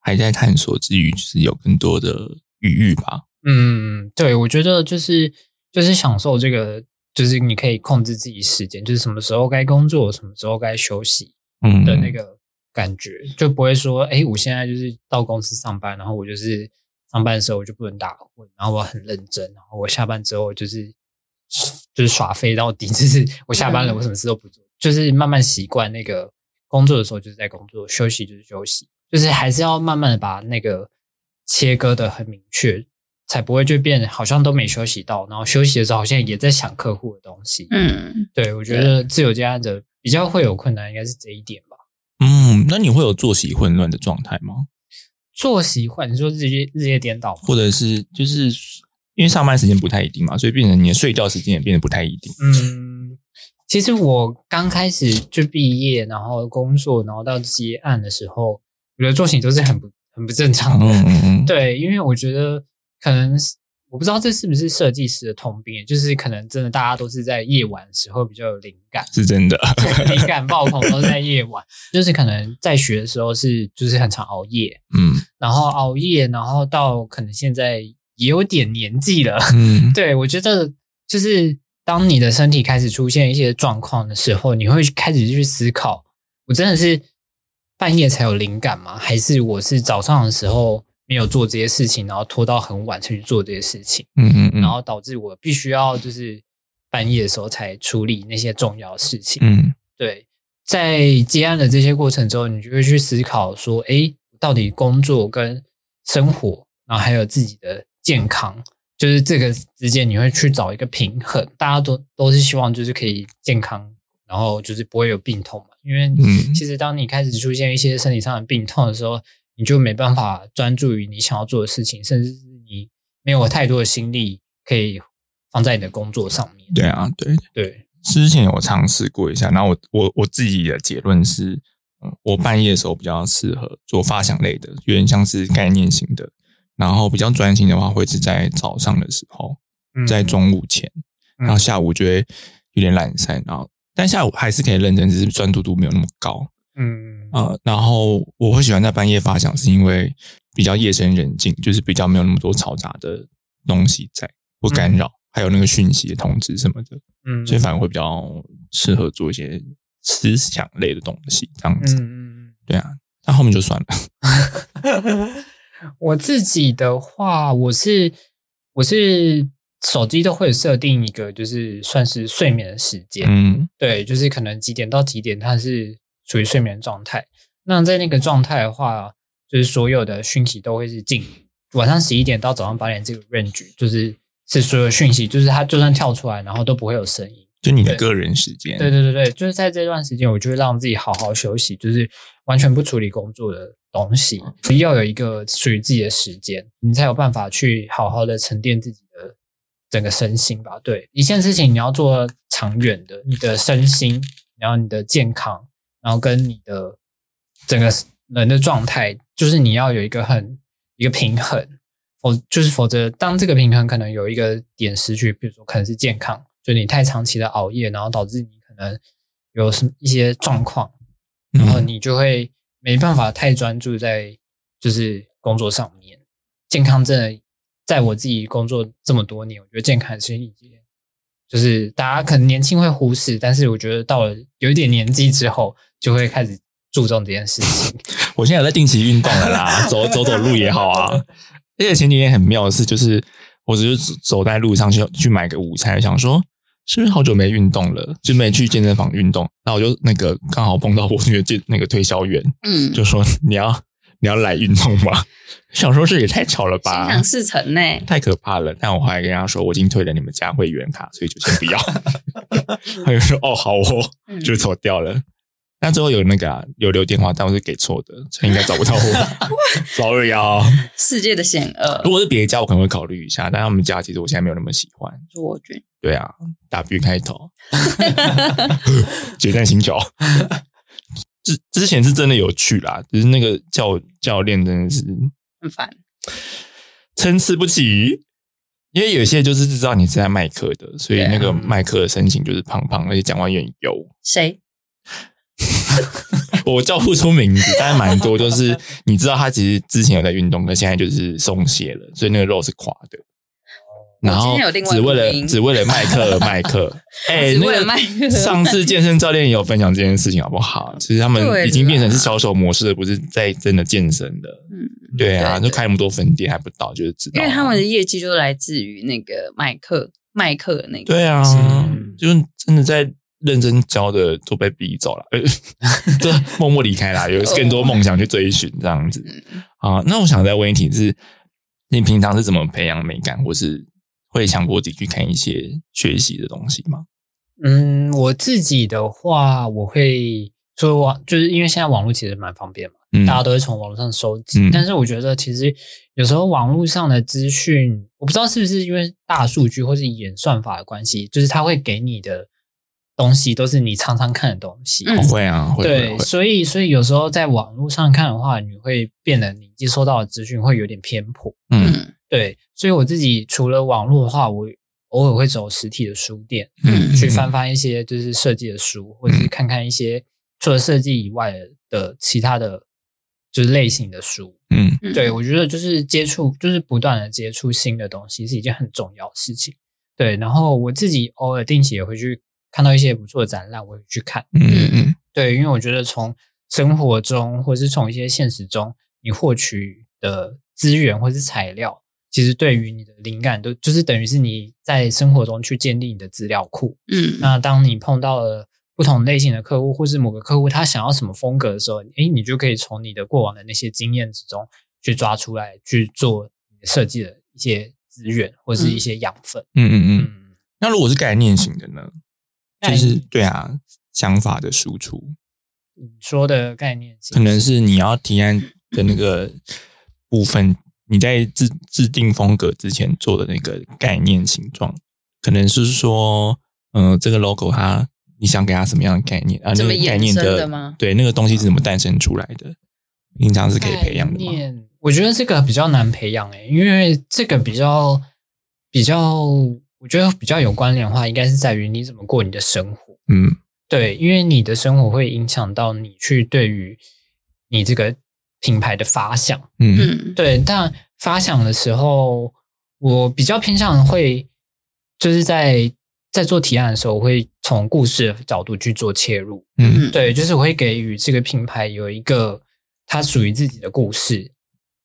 还在探索之余，就是有更多的余裕吧。
嗯，对，我觉得就是就是享受这个，就是你可以控制自己时间，就是什么时候该工作，什么时候该休息
嗯
的那个感觉，就不会说哎，我现在就是到公司上班，然后我就是上班的时候我就不能打混，然后我很认真，然后我下班之后就是就是耍废到底，就是我下班了，
嗯
我什么事都不做，就是慢慢习惯那个工作的时候就是在工作，休息就是休息，就是还是要慢慢的把那个切割的很明确，才不会就变好像都没休息到，然后休息的时候好像也在想客户的东西。，
嗯，
对我觉得自由接案者比较会有困难，应该是这一点吧。
嗯，那你会有作息混乱的状态吗？
作息换你说日夜日夜颠倒吗？
或者是就是因为上班时间不太一定嘛，所以变成你的睡觉时间也变得不太一定。
嗯，其实我刚开始就毕业，然后工作，然后到接案的时候，我的作息都是很不很不正常的。
嗯嗯嗯，
对，因为我觉得可能是我不知道这是不是设计师的通病，就是可能真的大家都是在夜晚的时候比较有灵感。
是真的。
灵感爆棚都在夜晚，就是可能在学的时候是就是很常熬夜，
嗯
然后熬夜，然后到可能现在也有点年纪了，
嗯，
对，我觉得就是当你的身体开始出现一些状况的时候，你会开始去思考：我真的是半夜才有灵感吗？还是我是早上的时候没有做这些事情，然后拖到很晚才去做这些事情，
嗯嗯嗯，
然后导致我必须要就是半夜的时候才处理那些重要的事情。
嗯
对，在接案的这些过程中，你就会去思考说，哎，到底工作跟生活，然后还有自己的健康，就是这个之间，你会去找一个平衡。大家都都是希望就是可以健康，然后就是不会有病痛嘛。因为
嗯
其实当你开始出现一些身体上的病痛的时候，你就没办法专注于你想要做的事情，甚至是你没有太多的心力可以放在你的工作上面。
对啊，对，
对，
之前有尝试过一下，然后我我我自己的结论是，嗯，我半夜的时候比较适合做发想类的，有点像是概念型的，然后比较专心的话会是在早上的时候，
嗯
在中午前，
嗯
然后下午就会有点懒散，然后但下午还是可以认真，只是专注度没有那么高。
嗯
呃，然后我会喜欢在半夜发想，是因为比较夜深人静，就是比较没有那么多嘈杂的东西在或干扰，还有那个讯息的通知什么的，
嗯
所以反而会比较适合做一些思想类的东西，这样子。
嗯
对啊，那后面就算了。
嗯， <laughs> 我自己的话，我是我是手机都会设定一个，就是算是睡眠的时间，
嗯
对，就是可能几点到几点它是处于睡眠状态。那在那个状态的话，就是所有的讯息都会是静，晚上十一点到早上八点这个 range，就是是所有讯息，就是它就算跳出来，然后都不会有声音。
就你的
对
个人时间。
对对对对，就是在这段时间，我就会让自己好好休息，就是完全不处理工作的东西，要有一个属于自己的时间，你才有办法去好好的沉淀自己的整个身心吧。对，一件事情你要做长远的，你的身心，然后你的健康，然后跟你的整个人的状态，就是你要有一个很一个平衡。否就是否则，当这个平衡可能有一个点失去，比如说可能是健康，就你太长期的熬夜，然后导致你可能有什么一些状况，然后
嗯，
你就会没办法太专注在就是工作上面。健康真的，在我自己工作这么多年，我觉得健康是一件，就是大家可能年轻会忽视，但是我觉得到了有一点年纪之后，就会开始注重这件事情。
我现在有在定期运动了
<laughs>
啦，走走走路也好啊。而且前几天很妙的是，就是我只是走在路上去去买个午餐，想说是不是好久没运动了，就没去健身房运动。那我就那个刚好碰到我那个健那个推销员，
嗯，
就说你要你要来运动吗？想说这也太巧了
心
吧，
想事成呢、
太可怕了。但我后来跟他说，我已经退了你们家会员卡，所以就先不要。
<laughs>
他就说哦，好哦。
嗯
就走掉了。那最后有那个、啊、有留电话，但我是给错的，所以应该找不
<laughs>
到我。Sorry 啊，
世界的险恶
如，果是别家，我可能会考虑一下，但他们家其实我现在没有那么喜欢。
卓君，
对啊，W 开
<laughs>
头，决战星球。之之前是真的有去啦，只是那个教教练真的是
很烦。
参差不齐，因为有些就是知道你是在卖课的，所以
对啊
那个卖课的身形就是胖胖，而且讲话有点油。
谁？
<laughs> 我叫不出名字，但是蛮多，就是你知道他其实之前有在运动，可现在就是松懈了，所以那个肉是垮的。然
我
后
哦今天有另外一
只
个
为
原因
了只为了麦克而麦
<laughs>
克，哎、
只
那
为了
个
麦克
上次健身教练也有分享这件事情，好不好？其实他
对
们
啦
已经变成是销售模式了，不是在真的健身的。
嗯，
对啊，
对对
就开那么多分店还不到，就是知道
因
啊。
为他们的业绩就来自于那个麦克麦克的那个。
对啊
嗯，
就是真的在认真教的都被逼走了，呃，就默默离开啦，有更多梦想去追寻这样子
嗯
啊。那我想再问一题是，你平常是怎么培养美感，或是会强迫自己去看一些学习的东西吗？
嗯，我自己的话，我会说网，就是因为现在网络其实蛮方便嘛，
嗯
大家都会从网络上收集。
嗯
但是我觉得其实有时候网络上的资讯，我不知道是不是因为大数据或是演算法的关系，就是它会给你的东西都是你常常看的东西。
嗯
会啊，会会
对，
会，
所以所以有时候在网络上看的话，你会变得你接收到的资讯会有点偏颇。
嗯
嗯
对，所以我自己除了网络的话，我偶尔会走实体的书店。
嗯，
去翻翻一些就是设计的书，或者是看看一些除了设计以外的其他的就是类型的书。
嗯，
嗯
对我觉得就是接触，就是不断的接触新的东西是一件很重要的事情。对，然后我自己偶尔定期也会去看到一些不错的展览，我也会去看。
嗯嗯嗯
对，因为我觉得从生活中，或是从一些现实中，你获取的资源或是材料，其实对于你的灵感都就是等于是你在生活中去建立你的资料库。
嗯
那当你碰到了不同类型的客户，或是某个客户他想要什么风格的时候，诶，你就可以从你的过往的那些经验之中去抓出来，去做你的设计的一些资源或是一些养分。
嗯嗯嗯。
嗯，
那如果是概念型的呢？就
概
是
念
对啊，想法的输出，
你说的概念性
可能是你要提案的那个部分，你在制制定风格之前做的那个概念形状，可能是说，嗯、这个 logo 它你想给它什么样的概念啊？
怎
那
么
个概
延
念
伸
的
的吗
对，那个东西是怎么诞生出来的？平常是可以培养的
概
吗？
念我觉得这个比较难培养诶、因为这个比较比较，我觉得比较有关联的话，应该是在于你怎么过你的生活。
嗯
对，因为你的生活会影响到你去对于你这个品牌的发想。
嗯
嗯
对，但发想的时候，我比较偏向会就是在在做提案的时候，我会从故事的角度去做切入。
嗯
嗯，
对，就是我会给予这个品牌有一个它属于自己的故事。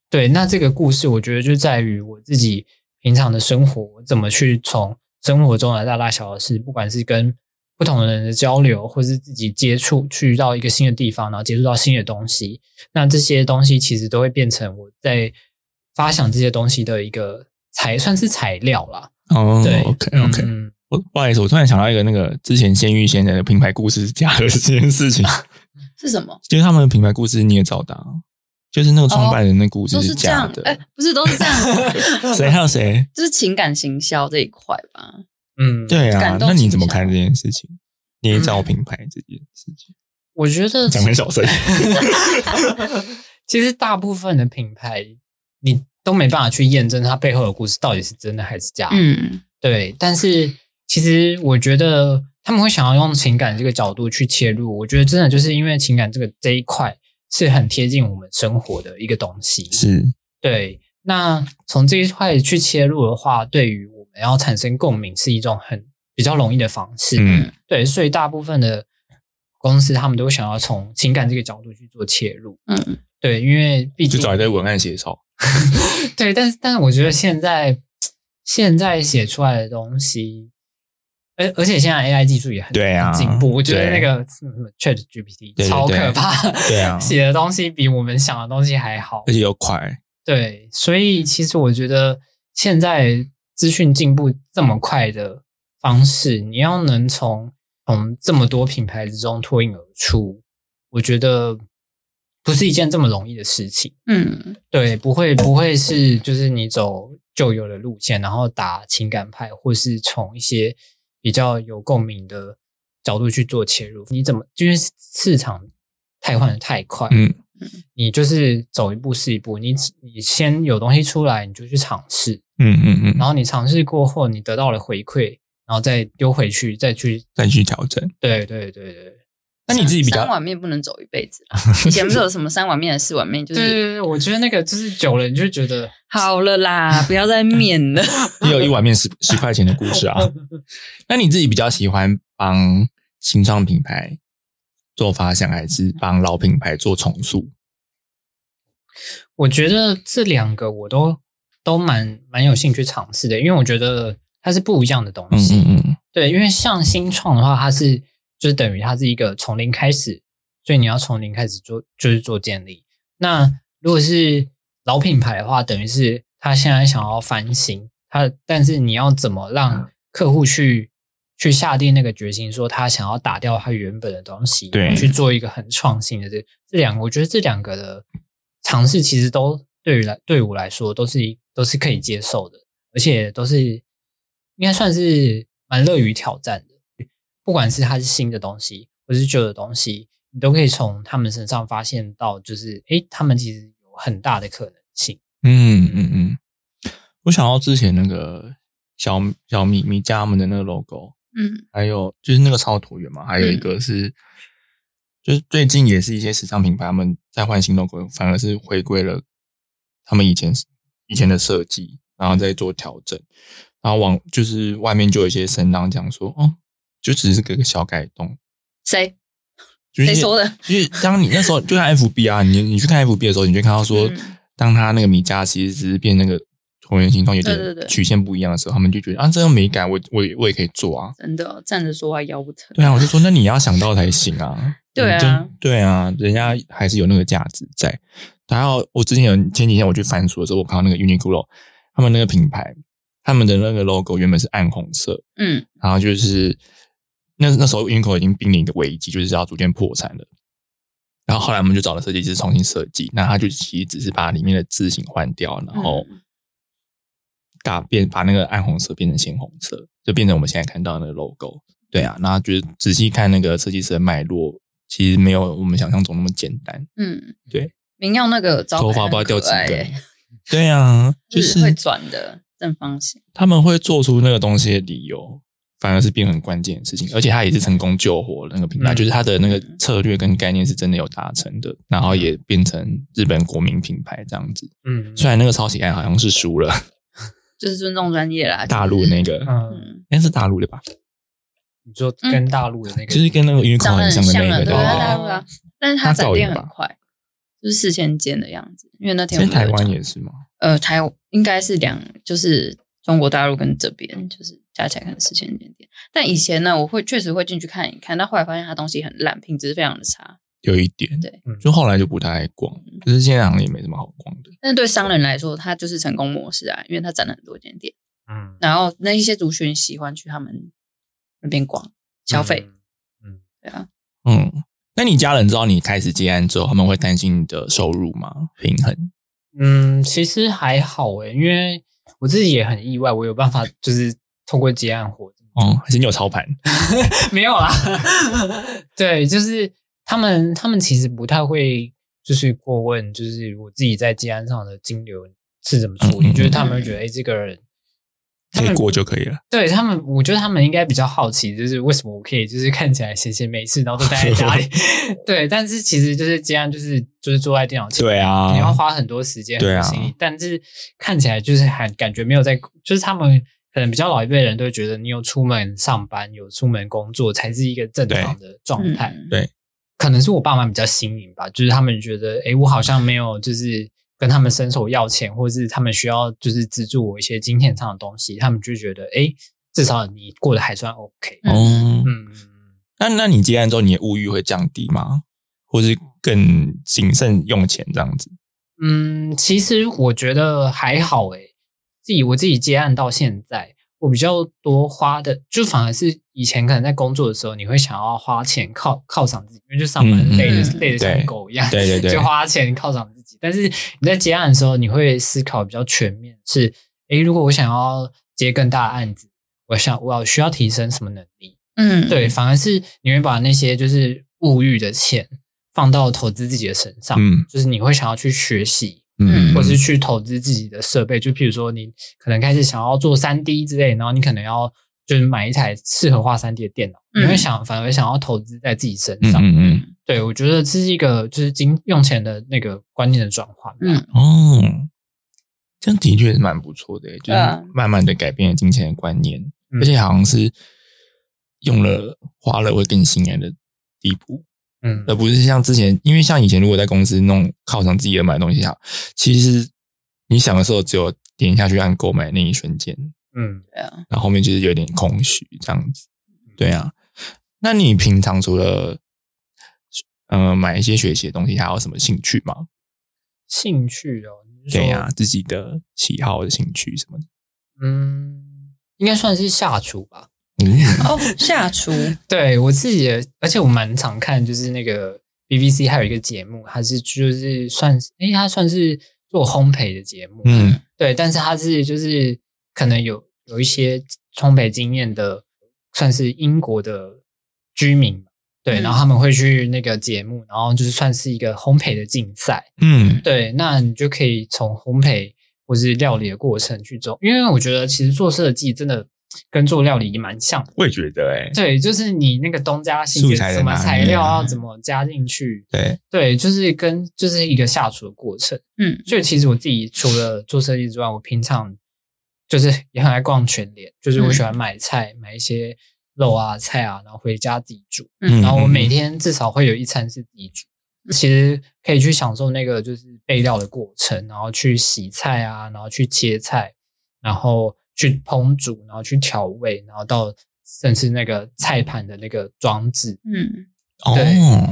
对，那这个故事我觉得就在于我自己平常的生活，我怎么去从生活中的大大小小的事，不管是跟不同的人的交流，或是自己接触去到一个新的地方，然后接触到新的东西，那这些东西其实都会变成我在发想这些东西的一个材，算是材料啦。
哦
对
，OK OK，
嗯
我不好意思，我突然想到一个那个之前鲜芋仙人的品牌故事是假的这件事
<laughs>
情，
是什么？
就是他们的品牌故事你也找到，就是那个创办人的故事
都是这
假
样
的，，
哎，不是都是这样， <laughs>
谁还有谁？
就是情感行销这一块吧。
嗯，
对啊
感，动
那你怎么
形象
看这件事情？捏造品牌这件事情，
我觉得
讲很小声。
其实大部分的品牌，你都没办法去验证它背后的故事到底是真的还是假的。
嗯
对，但是其实我觉得他们会想要用情感这个角度去切入，我觉得真的就是因为情感这个这一块是很贴近我们生活的一个东西。
<laughs> 是，
对，那从这一块去切入的话，对于我们要产生共鸣是一种很比较容易的方式。
嗯
对，所以大部分的公司他们都想要从情感这个角度去做切入。
嗯，
对，因为毕
就
竟
找一堆文案写手。
对，但是但是我觉得现在现在写出来的东西，而而且现在 AI 技术也很
对啊
很进步，我觉得那
对
个什么什么 Chat GPT
对对
超
对
可怕，
对啊
写的东西比我们想的东西还好
而。且又快，
对，所以其实我觉得现在资讯进步这么快的方式，你要能从从这么多品牌之中脱颖而出，我觉得不是一件这么容易的事情。
嗯
对，不会不会是就是你走旧有的路线，然后打情感派，或是从一些比较有共鸣的角度去做切入。你怎么因为市场太换的太快，
嗯，
你就是走一步是一步，你只你先有东西出来，你就去尝试，
嗯嗯嗯，
然后你尝试过后，你得到了回馈，然后再丢回去，再去
再去调整。
对对对对。
那你自己比
三
较，
碗面不能走一辈子 <laughs> 啊！以前不是有什么三碗面的四碗面，就
对对
是
对对，我觉得那个就是久了，你就觉得
好了啦，不要再面了。
也有一碗面十十块钱的故 <laughs> 事啊。
哦
那你自己比较喜欢帮新创品牌做发想，还是帮老品牌做重塑？
我觉得这两个我都都蛮蛮有兴趣尝试的，因为我觉得它是不一样的东
嗯
西。
嗯嗯，
对，因为像新创的话，它是就是等于它是一个从零开始，所以你要从零开始做，就是做建立。那如果是老品牌的话，等于是他现在想要翻新，他但是你要怎么让客户去去下定那个决心，说他想要打掉他原本的东西，
对
去做一个很创新的这这两个，我觉得这两个的尝试其实都对于来对我来说都是一都是可以接受的，而且都是应该算是蛮乐于挑战的。不管是它是新的东西，或是旧的东西，你都可以从他们身上发现到，就是诶，他们其实有很大的可能性。
嗯嗯嗯，我想到之前那个小小米米家他们的那个 logo，
<laughs> 嗯
还有就是那个超椭圆嘛，还有一个是，就是最近也是一些时尚品牌他们在换新 logo，反而是回归了他们以前以前的设计，然后再做调整，然后往就是外面就有一些声浪讲说，哦，就只是个小改动。
谁
就是
谁说的？
就是当你那时候就看 FB 啊，你你去看 FB 的时候，你就看到说，
嗯
当他那个米家其实只是变那个同源行动有
对对
点
对
曲线不一样的时候，他们就觉得啊，这又没改，我我也我也可以做啊。
真的站着说话腰不疼。
对啊，我就说那你要想到才行啊。
<laughs> 对啊
你就对啊，人家还是有那个价值在。然后我之前有前几天我去翻书的时候，我看到那个 Uniqlo 他们那个品牌，他们的那个 logo 原本是暗红色，
嗯，
然后就是那那时候 Uniqlo 已经濒临一个危机，就是要逐渐破产了。然后后来我们就找了设计师重新设计，那他就其实只是把里面的字形换掉，然
嗯
后打变把那个暗红色变成鲜红色，就变成我们现在看到的那个 logo。对啊，那就是仔细看那个设计师的脉络，其实没有我们想象中那么简单。
嗯，
对，
明耀那个招牌
头发不知道掉
很
几
可爱
根
耶，
对啊，就
<laughs> 就是会
是
转的正方形。
他们会做出那个东西的理由，反而是变很关键的事情，而且他也是成功救活了那个品牌，
嗯
就是他的那个策略跟概念是真的有达成的，然后也变成日本国民品牌这样子。
嗯，
虽然那个抄袭案好像是输了
就是尊重专业啦。
大陆那个，
嗯，
嗯，
那、是大陆的吧？
你说跟大陆的那个，
就是跟那个云口
嗯长得
很
很
像的
像
那
啊，
个，
对
对
啊，
对
大
对
陆啊，但是它
它
展
抖音
店很
吧
快，就是四千间的样子。因为那
其实
天我们
台
有
湾
讲
也是嘛，
呃，台应该是两，就是中国大陆跟这边，就是加起来可能四千点点。但以前呢，我会确实会进去看一看，但后来发现它东西很烂，品质非常的差。
有一点。
对
嗯
就后来就不太爱逛，可是现在好像也没什么好逛的。
但是对商人来说，它就是成功模式啊，因为它展了很多间店，
嗯
然后那一些族群喜欢去他们那边逛
嗯
消费。，对啊，
嗯，那你家人知道你开始接案之后，他们会担心你的收入吗？平衡？
嗯，其实还好诶，因为我自己也很意外，我有办法就是透过接案活动，
哦，还是你有操
<laughs>
盘？
没有啦， <laughs> 对，就是他们他们其实不太会就是过问，就是我自己在接案上的金流是怎么处
嗯
理，
嗯嗯
就是他们会觉得哎、诶这个人。他们
过就可以了。
对他们，我觉得他们应该比较好奇，就是为什么我可以就是看起来闲闲没事，然后都待在家里。 <laughs> 对，但是其实就是这样，就是就是坐在电脑前，
对啊，
你要花很多时间、很
对啊
多心力，但是看起来就是还感觉没有在，就是他们可能比较老一辈人都会觉得你有出门上班、有出门工作才是一个正常的状态。
嗯
对
可能是我爸妈比较新颖吧，就是他们觉得，诶，我好像没有就是跟他们伸手要钱，或是他们需要就是资助我一些金钱上的东西，他们就觉得，诶，至少你过得还算 OK。
哦。
嗯，
那那你接案之后，你的物欲会降低吗？或是更谨慎用钱这样子？
嗯，其实我觉得还好诶、自己我自己接案到现在，我比较多花的，就反而是以前可能在工作的时候，你会想要花钱犒犒赏自己，因为就上班
嗯
累的、
嗯
累的像
对
狗一样，
对对对，
就花钱犒赏自己。但是你在接案的时候，你会思考比较全面，是诶，如果我想要接更大的案子，我想我要需要提升什么能力？
嗯，
对，反而是你会把那些就是物欲的钱放到投资自己的身上，
嗯
就是你会想要去学习，
嗯，
或是去投资自己的设备，就譬如说你可能开始想要做三 D 之类，然后你可能要就是买一台适合画三 D 的电脑，你会
嗯
想反而想要投资在自己身
嗯
上。
嗯嗯
对，我觉得这是一个就是经用钱的那个观念的转换吧。
嗯，
哦，这样的确是蛮不错的耶，就
对啊
是慢慢的改变了金钱的观念，
嗯
而且好像是用了花了会更心安的地步。
嗯
而不是像之前，因为像以前如果在公司弄犒赏自己而买东西哈，其实你想的时候只有点下去按购买那一瞬间，
嗯，
对啊，
然后后面就是有点空虚这样子。对啊，那你平常除了呃买一些学习的东西，还有什么兴趣吗？
兴趣哦，你是
对
说
呀、啊自己的喜好的兴趣什么的。
嗯，应该算是下厨吧。
嗯，
哦，下厨，
对我自己也，而且我蛮常看，就是那个 BBC 还有一个节目，它是就是算是，诶，它算是做烘焙的节目，
<laughs> 嗯，
对，但是它是就是可能有有一些烘焙经验的，算是英国的居民吧，对，
嗯
然后他们会去那个节目，然后就是算是一个烘焙的竞赛，
嗯
对，那你就可以从烘焙或是料理的过程去做，因为我觉得其实做设计真的跟做料理也蛮像的。
我也觉得哎、
对，就是你那个东加西
素
就是
材的
什么
拿
材
捏
料
啊
要怎么加进去，
对，
对，就是跟就是一个下厨的过程。
嗯
所以其实我自己除了做设计之外，我平常就是 <laughs> 也很爱逛全联，就是
嗯
我喜欢买菜，买一些肉啊、菜啊，然后回家自己煮。
嗯
然后我每天至少会有一餐是自己煮。其实可以去享受那个就是备料的过程，然后去洗菜啊，然后去切菜，然后去烹煮，然后去调味，然后到甚至那个菜盘的那个装置。
嗯，
哦，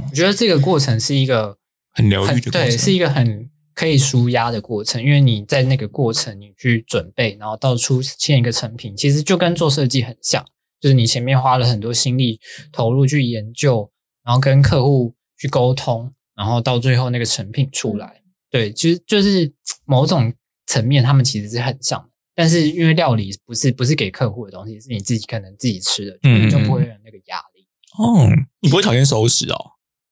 我觉得这个过程是一个
很疗
很
愈的过
对，
程，
是一个很可以舒压的过程，因为你在那个过程你去准备，然后到出现一个成品，其实就跟做设计很像，就是你前面花了很多心力投入去研究，然后跟客户去沟通，然后到最后那个成品出来。对，其实就是某种层面，他们其实是很像的。但是因为料理不是不是给客户的东西，是你自己可能自己吃的，
嗯嗯嗯
就不会有那个压力。
哦，你不会讨厌熟食哦？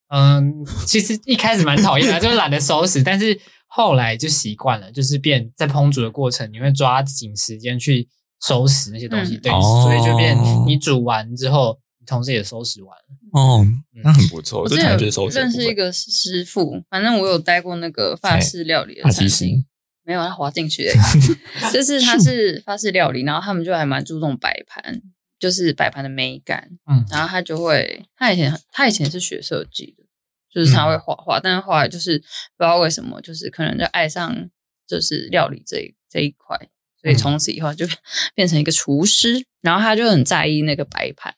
嗯，其实一开始蛮讨厌的，就懒得收拾，但是后来就习惯了，就是变在烹煮的过程，你会抓紧时间去收拾那些东西，
嗯
对，
哦
所以就变你煮完之后，你同时也收拾完了。嗯
哦，那很不错，
我
这
之
才
前
就是熟食的
认
部
识一
分。
个师傅，反正我有待过那个法式料理的
法
餐
西斯
厅，没有他滑进 <laughs> 去而已，就是他是法式料理，然后他们就还蛮注重摆盘，就是摆盘的美感，
嗯，
然后他就会，他以前他以前是学设计的，就是
嗯
他会画画，但是后来就是不知道为什么，就是可能就爱上就是料理这一这一块，所以
嗯
从此以后就 <laughs> 变成一个厨师。然后他就很在意那个摆盘，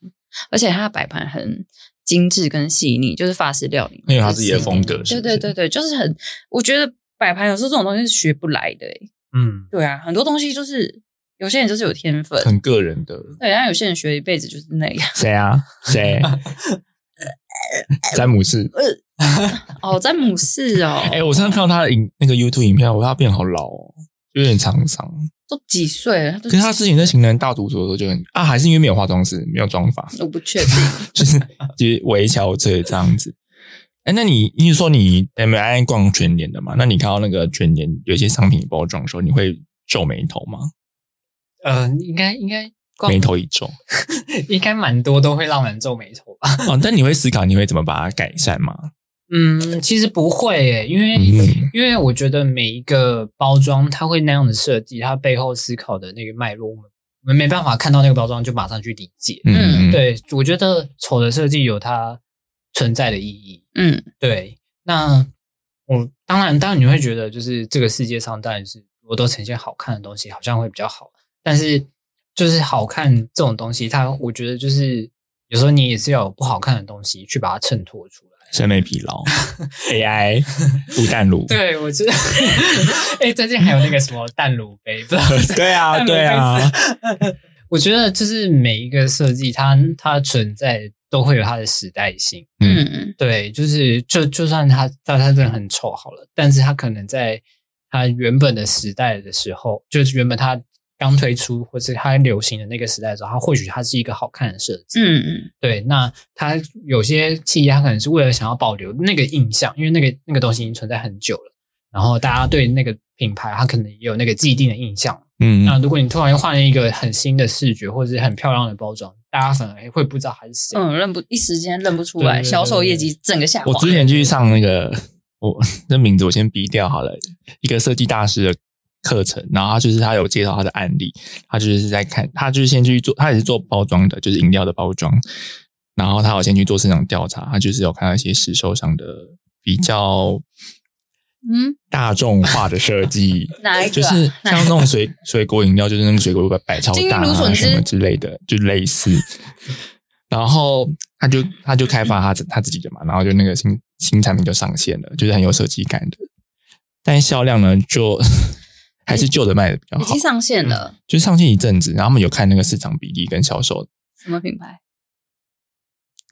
而且他的摆盘很精致跟细腻，就是法式料理嘛，
因为他
就是
自己的
细腻
风格是
对
不
对
是
对对，就是很，我觉得摆盘有时候这种东西是学不来的、欸，
嗯，
对啊，很多东西就是有些人就是有天分，
很个人的，
对，然后有些人学一辈子就是那样。
谁啊？谁？詹姆
<laughs>
士。
哦，詹姆士哦，
<laughs> 哎、我上次看到他的影那个 YouTube 影片，我他变好老哦，有点沧桑。
都几岁了？他都
可是他之前在型男大毒所的时候就很啊，还是因为没有化妆师，没有妆法，
我不确定。
就是就是微憔悴这样子。哎、那你你说你 M I 逛全年的嘛？那你看到那个全年有一些商品包装的时候，你会皱眉头吗？
呃，应该应该逛
眉头一皱
应该蛮多都会让人皱眉头吧？
哦，但你会思考你会怎么把它改善吗？
嗯，其实不会诶、因为、
嗯
因为我觉得每一个包装它会那样的设计，它背后思考的那个脉络，我们我们没办法看到那个包装就马上去理解。
嗯，
对，我觉得丑的设计有它存在的意义。
嗯
对，那我当然，当然你会觉得，就是这个世界上当然是我都呈现好看的东西，好像会比较好。但是就是好看这种东西，它我觉得就是有时候你也是要有不好看的东西去把它衬托出来。
审美疲劳，AI 不淡乳，
对，我 <laughs> 觉得，哎、最近还有那个什么淡乳杯，不知道
<laughs>
<laughs>
对啊，对啊，
我觉得就是每一个设计它，它存在都会有它的时代性。
嗯
嗯嗯
对，就是就就算它它它真的很丑好了，但是它可能在它原本的时代的时候，就是原本它刚推出或是它流行的那个时代的时候，它或许它是一个好看的设计。
嗯嗯，
对，那它有些企业它可能是为了想要保留那个印象，因为那个那个东西已经存在很久了，然后大家对那个品牌它可能也有那个既定的印象。 <laughs>
嗯，
那如果你突然又换了一个很新的视觉或者是很漂亮的包装，大家反而会不知道它是谁。
嗯，认不一时间认不出
对
来，
对对
销售业绩整个下滑
我。之前去上那个我那名字我先逼掉好了，一个设计大师的课程，然后他就是他有介绍他的案例，他就是在看，他就是先去做，他也是做包装的，就是饮料的包装，然后他有先去做市场调查，他就是有看到一些市售上的比较
嗯，
大众化的设计。
哪一
就
个啊？
是像那种水 <laughs> 水果饮料，就是那个水果摆摆超
金
大
芦笋
啊
汁
什么之类的，就类似。然后他就他就开发他自他自己的嘛，然后就那个新新产品就上线了，就是很有设计感的。但销量呢，就 <laughs> 还是旧的卖的比较
已
好
经。上线了，
就上线一阵子，然后他们有看那个市场比例跟销售，
什么品牌？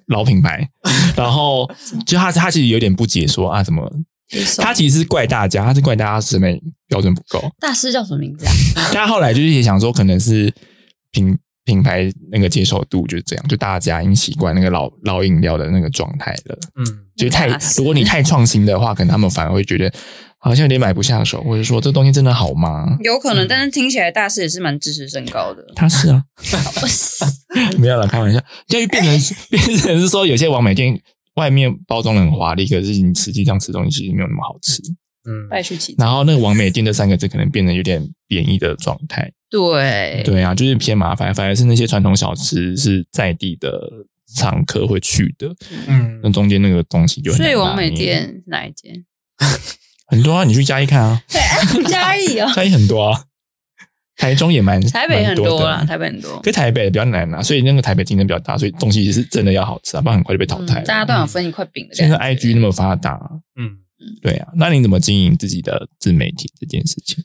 老品
<laughs>
牌，然后就他他其实有点不解说啊，怎么他其实是怪大家，他是怪大家审美标准不够，
大师叫什么名字啊？
但后来就是也想说，可能是品品牌那个接受度就是这样，就大家已经习惯那个老老饮料的那个状态了。
嗯，
就是太
那是，
如果你太创新的话，可能他们反而会觉得好像有点买不下手，或者说这东西真的好吗？。
有可能，
嗯
但是听起来大师也是蛮自视甚高的
他是啊， <laughs> 没有啦，开玩笑，就变成变成是说有些完美店外面包装的很华丽，可是你实际上吃东西其实没有那么好吃。
嗯，
败絮其中。
然后那个完美店这三个字可能变得有点贬义的状态。
对，
对啊，就是偏麻烦，反而是那些传统小吃是在地的常客会去的，那
嗯，
中间那个东西就很
所以
难
王
拿捏
美店是哪一间？ <laughs>
很多啊，你去嘉义看啊，
嘉义哦，
嘉义很多啊，台中也蛮
台北
蛮
很
多的啊
啦，台北很多，
可台北比较难啊，所以那个台北竞争比较大，所以东西是真的要好吃啊，不然很快就被淘汰了。
嗯大家都想分一块饼的
现
感
在
觉。
IG 那么发达，
嗯。
对啊，那你怎么经营自己的自媒体这件事情？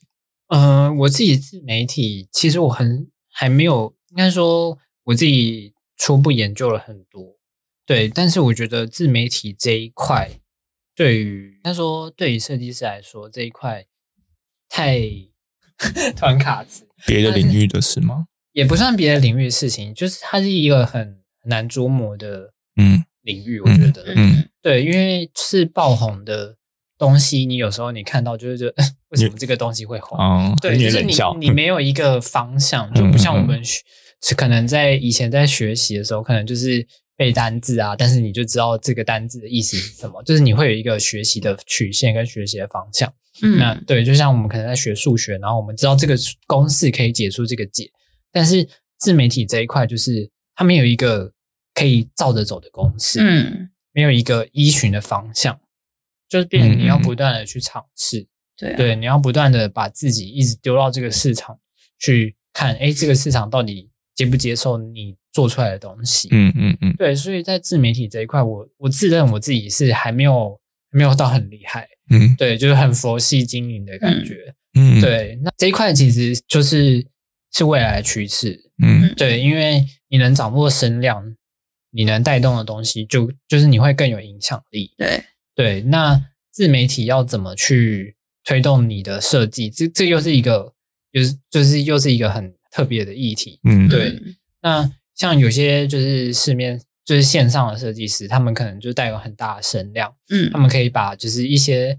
呃，我自己自媒体，其实我很还没有，应该说我自己初步研究了很多，对，但是我觉得自媒体这一块，对于应该说对于设计师来说这一块太 <laughs> 突然卡词，
别
啊
的领域的事吗？
也不算别的领域的事情，就是它是一个很很难捉摸的
嗯
领域，我觉得，
嗯，
对，因为是爆红的东西，你有时候你看到就是觉得 <laughs> 为什么这个东西会红？
哦，
对，
有
就
点
是
冷
你
笑，
你没有一个方向，就不像我们学，是可能在以前在学习的时候，可能就是背单字啊，但是你就知道这个单字的意思是什么，就是你会有一个学习的曲线跟学习的方向。那
嗯，
对，就像我们可能在学数学，然后我们知道这个公式可以解出这个解，但是自媒体这一块就是它没有一个可以照着走的公式，
嗯，
没有一个依循的方向，就是变成你要不断的去尝试。
对啊，
对，你要不断的把自己一直丢到这个市场去看，哎，这个市场到底接不接受你做出来的东西？
嗯嗯嗯，
对，所以在自媒体这一块，我我自认我自己是还没有还没有到很厉害，
嗯
对，就是很佛系经营的感觉。
嗯，，
对，那这一块其实就是是未来的趋势，
嗯
对，因为你能掌握声量，你能带动的东西就就是你会更有影响力。
对，
对，那自媒体要怎么去推动你的设计？这这又是一个，就是就是又是一个很特别的议题。
嗯，
对那像有些就是市面就是线上的设计师，他们可能就带有很大的声量，
嗯
他，们可以把就是一些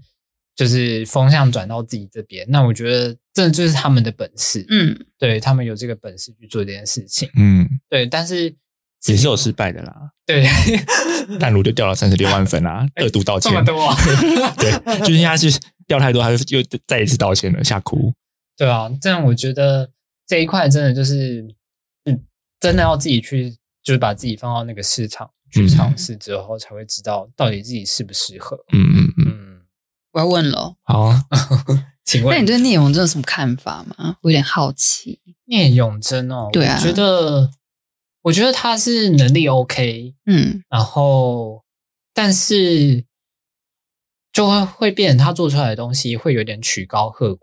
就是风向转到自己这边。那我觉得这就是他们的本事，
嗯，
对他们有这个本事去做这件事情。
嗯，
对，但是
也是有失败的啦。
对
淡如就掉了三十六万粉啦，二度道
这
歉
么，多啊、
对，就是因为他是掉太多，他就又再一次道歉了，吓哭。
对啊，但我觉得这一块真的就是，嗯，真的要自己去，就是把自己放到那个市场去
嗯
尝试之后，才会知道到底自己适不适合。
嗯嗯嗯，
嗯，
我要问了，
好啊，
请
那
问
你对聂荣真有什么看法吗？我有点好奇。
聂永贞哦，
对啊
我觉得，我觉得他是能力 OK，
嗯
然后但是就会会变成他做出来的东西会有点曲高和寡。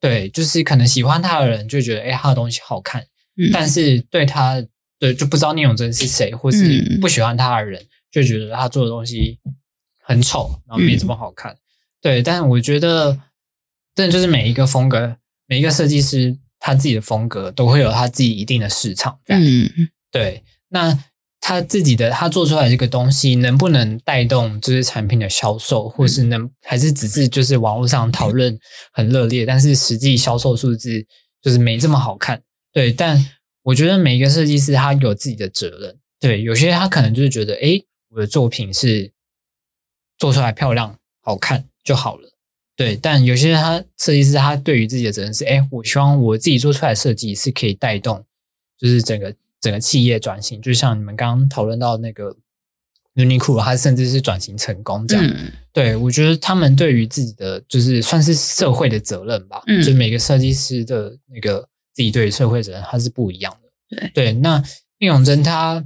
对，就是可能喜欢他的人就觉得，哎、他的东西好看。
嗯，
但是对他对就不知道聂永真是谁，或是
嗯
不喜欢他的人，就觉得他做的东西很丑，然后没
嗯
怎么好看。对，但我觉得，真的就是每一个风格，每一个设计师他自己的风格都会有他自己一定的市场在。
嗯
对，那他自己的他做出来这个东西能不能带动就是产品的销售，或是能还是只是就是网络上讨论很热烈，但是实际销售数字就是没这么好看。对，但我觉得每一个设计师他有自己的责任。对，有些他可能就是觉得，诶，我的作品是做出来漂亮好看就好了。对，但有些他设计师他对于自己的责任是，哎，我希望我自己做出来的设计是可以带动，就是整个整个企业转型，就像你们刚刚讨论到那个 Uniqlo，它甚至是转型成功这样。
嗯
对我觉得他们对于自己的就是算是社会的责任吧，
嗯
就是每个设计师的那个自己对于社会责任它是不一样的。
对
那聂永贞他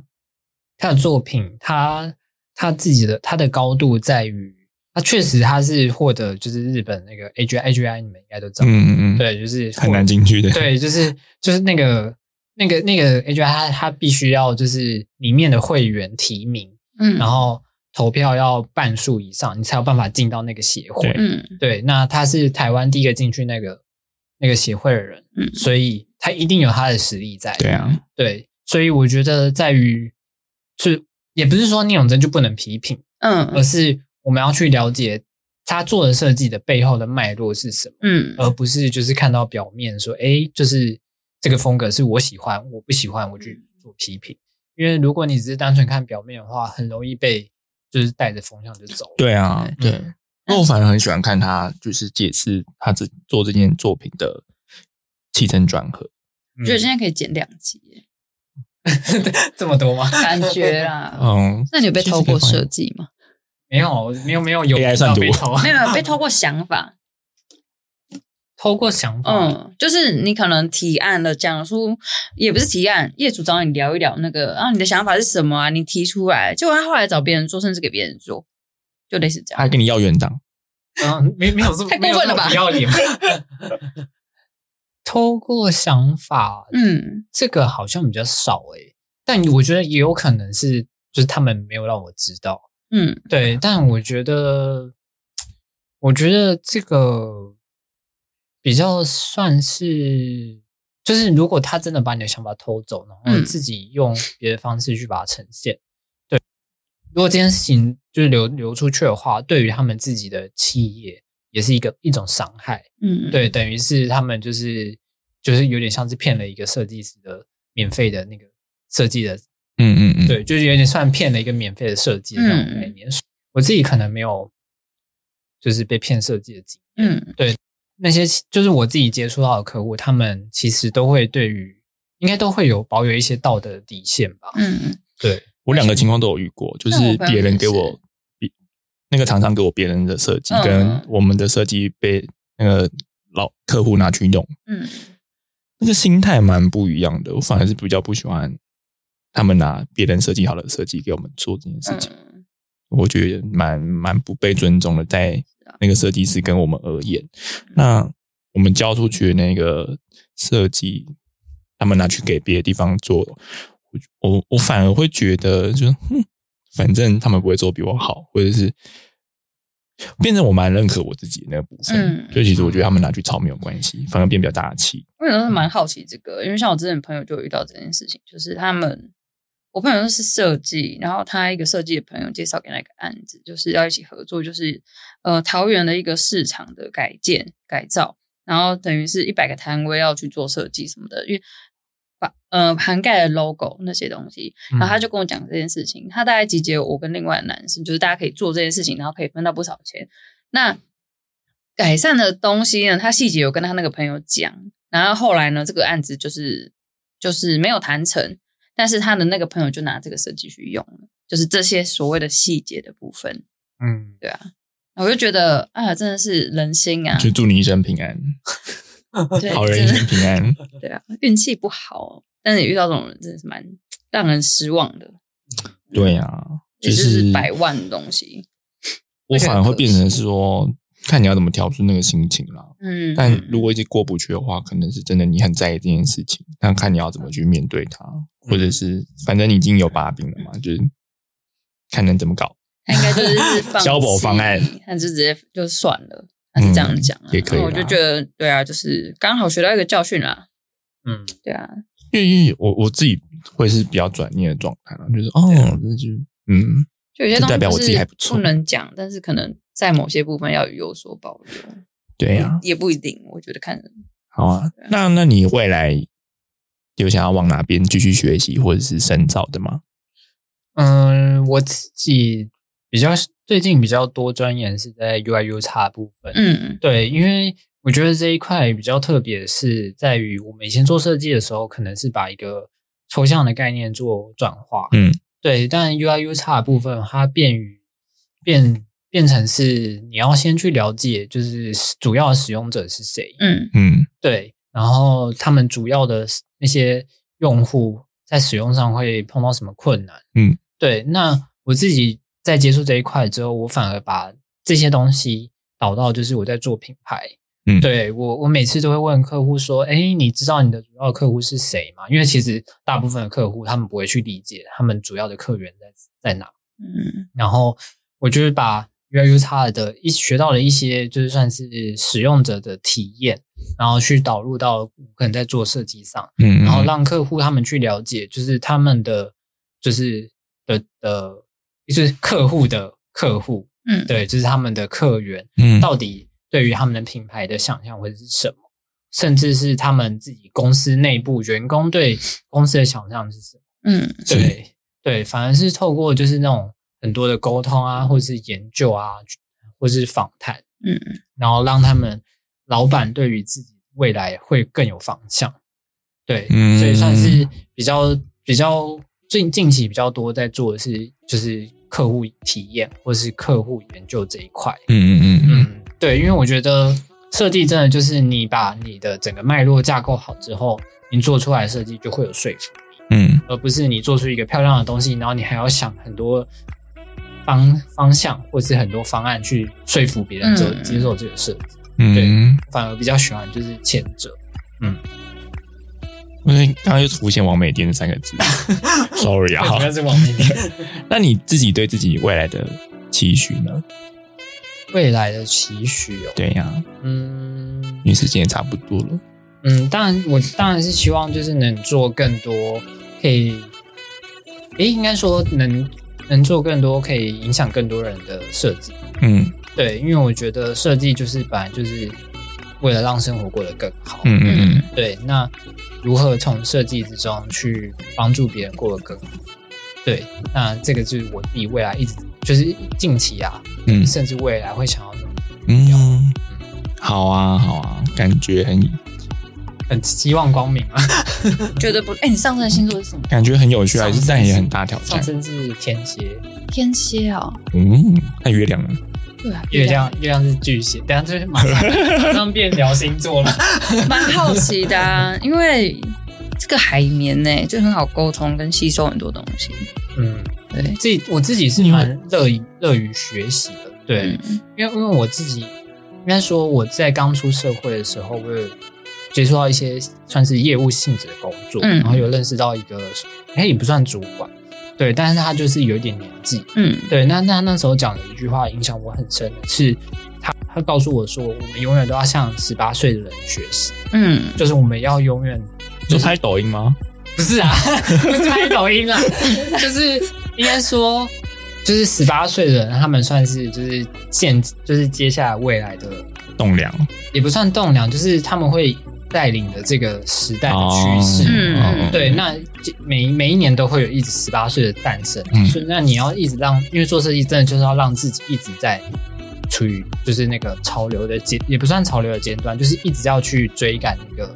他的作品，他他自己的他的高度在于，他确实他是获得就是日本那个 AGI AGI 你们应该都知道，
嗯嗯嗯，
对，就是获
很难进去的。
对，就是就是那个那个那个 AGI 他他必须要就是里面的会员提名，
嗯，
然后投票要半数以上，你才有办法进到那个协会。
对
嗯
对那他是台湾第一个进去那个那个协会的人，
嗯
所以他一定有他的实力在。
对啊，
对所以我觉得在于是也不是说聂永贞就不能批评，而
嗯
是我们要去了解他做的设计的背后的脉络是什么，
嗯
而不是就是看到表面说，哎，就是这个风格是我喜欢，我不喜欢，我
嗯
去做批评。因为如果你只是单纯看表面的话，很容易被就是带着风向就走了。
对啊，对。
嗯
那我反而很喜欢看他，就是解释他这做这件作品的起承转合。
我觉得现在可以剪两集耶，
嗯这么多吗？ <laughs>
感觉啦。
哦
嗯，
那你有被偷过设计吗？
没有，没有，没有，有
AI 算毒
被偷啊 <laughs>
没有，没有被偷过想法。
透过想法，
嗯，就是你可能提案了，讲出也不是提案，业主找你聊一聊那个啊，你的想法是什么啊？你提出来，结果他后来找别人做，甚至给别人做，就类似这
他还
样。
跟你要园长，
嗯，没没有这么
太过分了吧
没有这么不要
<laughs>
脸。透过想法，
嗯，
这个好像比较少诶、但我觉得也有可能是，就是他们没有让我知道。
嗯，
对，但我觉得，我觉得这个比较算是，就是如果他真的把你的想法偷走，然后
嗯
自己用别的方式去把它呈现，对。如果这件事情就是流流出去的话，对于他们自己的企业也是一个一种伤害。
嗯，
对，等于是他们就是就是有点像是骗了一个设计师的免费的那个设计的
嗯嗯嗯，，
对，就是有点算骗了一个免费的设计的那种
嗯
概念。我自己可能没有，就是被骗设计的经验。
嗯
那些就是我自己接触到的客户，他们其实都会对于应该都会有保有一些道德底线吧。
嗯
对，
我两个情况都有遇过，就是
那我朋友
别人
也
给我
是
别那个厂商给我别人的设计，
嗯
跟我们的设计被那个老客户拿去用，
嗯
那个心态蛮不一样的。我反而是比较不喜欢他们拿别人设计好的设计给我们做这件事情，
嗯，
我觉得蛮蛮不被尊重的，在
啊
那个设计师跟我们而言，那我们交出去的那个设计，他们拿去给别的地方做，我我我反而会觉得就，哼，反正他们不会做比我好，或者是变成我蛮认可我自己的那个部分，
嗯
所以其实我觉得他们拿去炒没有关系，反而变比较大气。
我有时候蛮好奇这个，因为像我之前朋友就有遇到这件事情，就是他们，我朋友是设计，然后他一个设计的朋友介绍给他一个案子，就是要一起合作，就是呃桃园的一个市场的改建改造，然后等于是一百个摊位要去做设计什么的，因为把呃涵盖了 logo 那些东西，
嗯
然后他就跟我讲这件事情，他大概集结我跟另外的男生，就是大家可以做这件事情，然后可以分到不少钱。那改善的东西呢，他细节有跟他那个朋友讲，然后后来呢，这个案子就是就是没有谈成，但是他的那个朋友就拿这个设计去用了，就是这些所谓的细节的部分，啊
嗯，
我就觉得啊，真的是人心啊，
就祝你一生平安，
对，
好人
真
一
的
生平安。
对啊，运气不好，哦但是也遇到这种人真的是蛮让人失望的，
对啊，
也就是百万的东西，
我反而会变成
那个很可惜
是说，看你要怎么调出那个心情啦。
嗯，
但如果一直过不去的话，可能是真的你很在意这件事情，但看你要怎么去面对它，或者是反正你已经有把柄了嘛，就是看能怎么搞。
他应该就
<laughs>
是放弃
消保方案，
他就直接就算了，他是这样讲、啊
嗯也可以啦
我就觉得对啊，就是刚好学到一个教训啦，
嗯，
对啊，
因为因为我我自己会是比较转念的状态嘛，就是哦，那就嗯，
就有些
就
东西
代表我自己
是
还不错
能讲，但是可能在某些部分要有所保留，
对啊呀、
也不一定，我觉得看人。
好啊。那那你未来有想要往哪边继续学习或者是深造的吗？
嗯，我自己比较最近比较多钻研是在 UI U 叉部分。
嗯
对，因为我觉得这一块比较特别，的是在于我们以前做设计的时候，可能是把一个抽象的概念做转化，
嗯，
对。但 UI U 差的部分，它便于变变成是你要先去了解，就是主要的使用者是谁，
嗯
嗯
对，然后他们主要的那些用户在使用上会碰到什么困难？
嗯，
对。那我自己在接触这一块之后，我反而把这些东西导到就是我在做品牌。
嗯
对我，我每次都会问客户说：“哎，你知道你的主要客户是谁吗？”因为其实大部分的客户他们不会去理解他们主要的客源在在哪。
嗯
然后我就是把 UI U x 的一学到了一些，就是算是使用者的体验，然后去导入到可能在做设计上，
嗯，
然后让客户他们去了解，就是他们的就是的的，就是客户的客户，
嗯，
对，就是他们的客源
嗯
到底对于他们的品牌的想象会是什么，甚至是他们自己公司内部员工对公司的想象是什么。
嗯
是
对对，反而是透过就是那种很多的沟通啊，或是研究啊，或是访谈，
嗯
然后让他们老板对于自己未来会更有方向。对，
嗯
所以算是比较比较最近期比较多在做的是就是客户体验或是客户研究这一块。
嗯嗯嗯嗯
嗯，对，因为我觉得设计真的就是你把你的整个脉络架构好之后，你做出来的设计就会有说服力，
嗯
而不是你做出一个漂亮的东西，然后你还要想很多方方向或是很多方案去说服别人接
嗯
接受这个设计，
嗯，
反而比较喜欢就是前者。
因为刚刚又浮现“完美店”三个
<laughs>
字，sorry 啊。
主要是往那边。
那你自己对自己未来的期许呢？
<laughs> 未来的期许哦，
对呀、
嗯
因为时间也差不多了。
嗯，当然我当然是希望就是能做更多，可以，诶，应该说能能做更多可以影响更多人的设计，
嗯
对，因为我觉得设计就是本来就是为了让生活过得更好，
嗯嗯嗯，
对，那如何从设计之中去帮助别人过得更好？对，那这个就是我自己未来一直就是近期啊，
嗯
甚至未来会想要努力
嗯，好啊好啊，感觉很
很希望光明啊。
绝对不。哎，你上升星座是什么？
感觉很有趣啊，
上升
但也很大挑战
上。升是天蝎，
天蝎哦，
嗯，那月亮呢？
对啊，
月亮月亮是巨蟹，等一下就是马上马上变聊星座了。
蛮好奇的、啊，因为这个海绵呢、就很好沟通跟吸收很多东西。
嗯，
对，
自己我自己是蛮乐于乐于学习的，对，
嗯
因为因为我自己应该说我在刚出社会的时候，我有接触到一些算是业务性质的工作，
嗯
然后有认识到一个，哎，也不算主管，对，但是他就是有一点年纪，
嗯
对，那那那时候讲的一句话影响我很深的是，他他告诉我说，我们永远都要向十八岁的人学习，
嗯，
就是我们要永远
就拍抖音吗？
不是啊， <laughs> 不是拍抖音啊，就是应该说，就是十八岁的人，他们算是就是现就是接下来未来的，
栋梁
也不算栋梁，就是他们会带领的这个时代的趋势。
嗯
哦
对，那每每一年都会有一直十八岁的诞生，
嗯
所以那你要一直让，因为做设计真的就是要让自己一直在处于就是那个潮流的尖，也不算潮流的尖端，就是一直要去追赶那个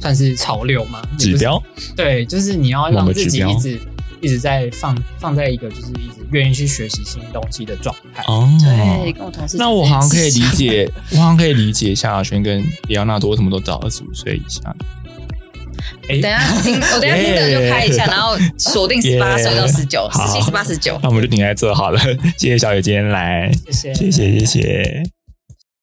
算是潮流嘛，也
指
不是
标，
对，就是你要
某
让
个
自
指
己
标
一直一直在放放在一个就是一直愿意去学习新东西的状态。
哦，
对，跟我同事讲这件事。
那我好像可以理解，我好像可以理解萧亚轩跟里奥纳多为什么都找二十五岁以下。
哎、
等一下听，我等一下听的就拍
<laughs>
一下，然后锁定十八岁到十九，十
好
七、十八、十九。
那我们就停在这好了，谢谢小姐今天来，
谢谢，
谢谢谢谢。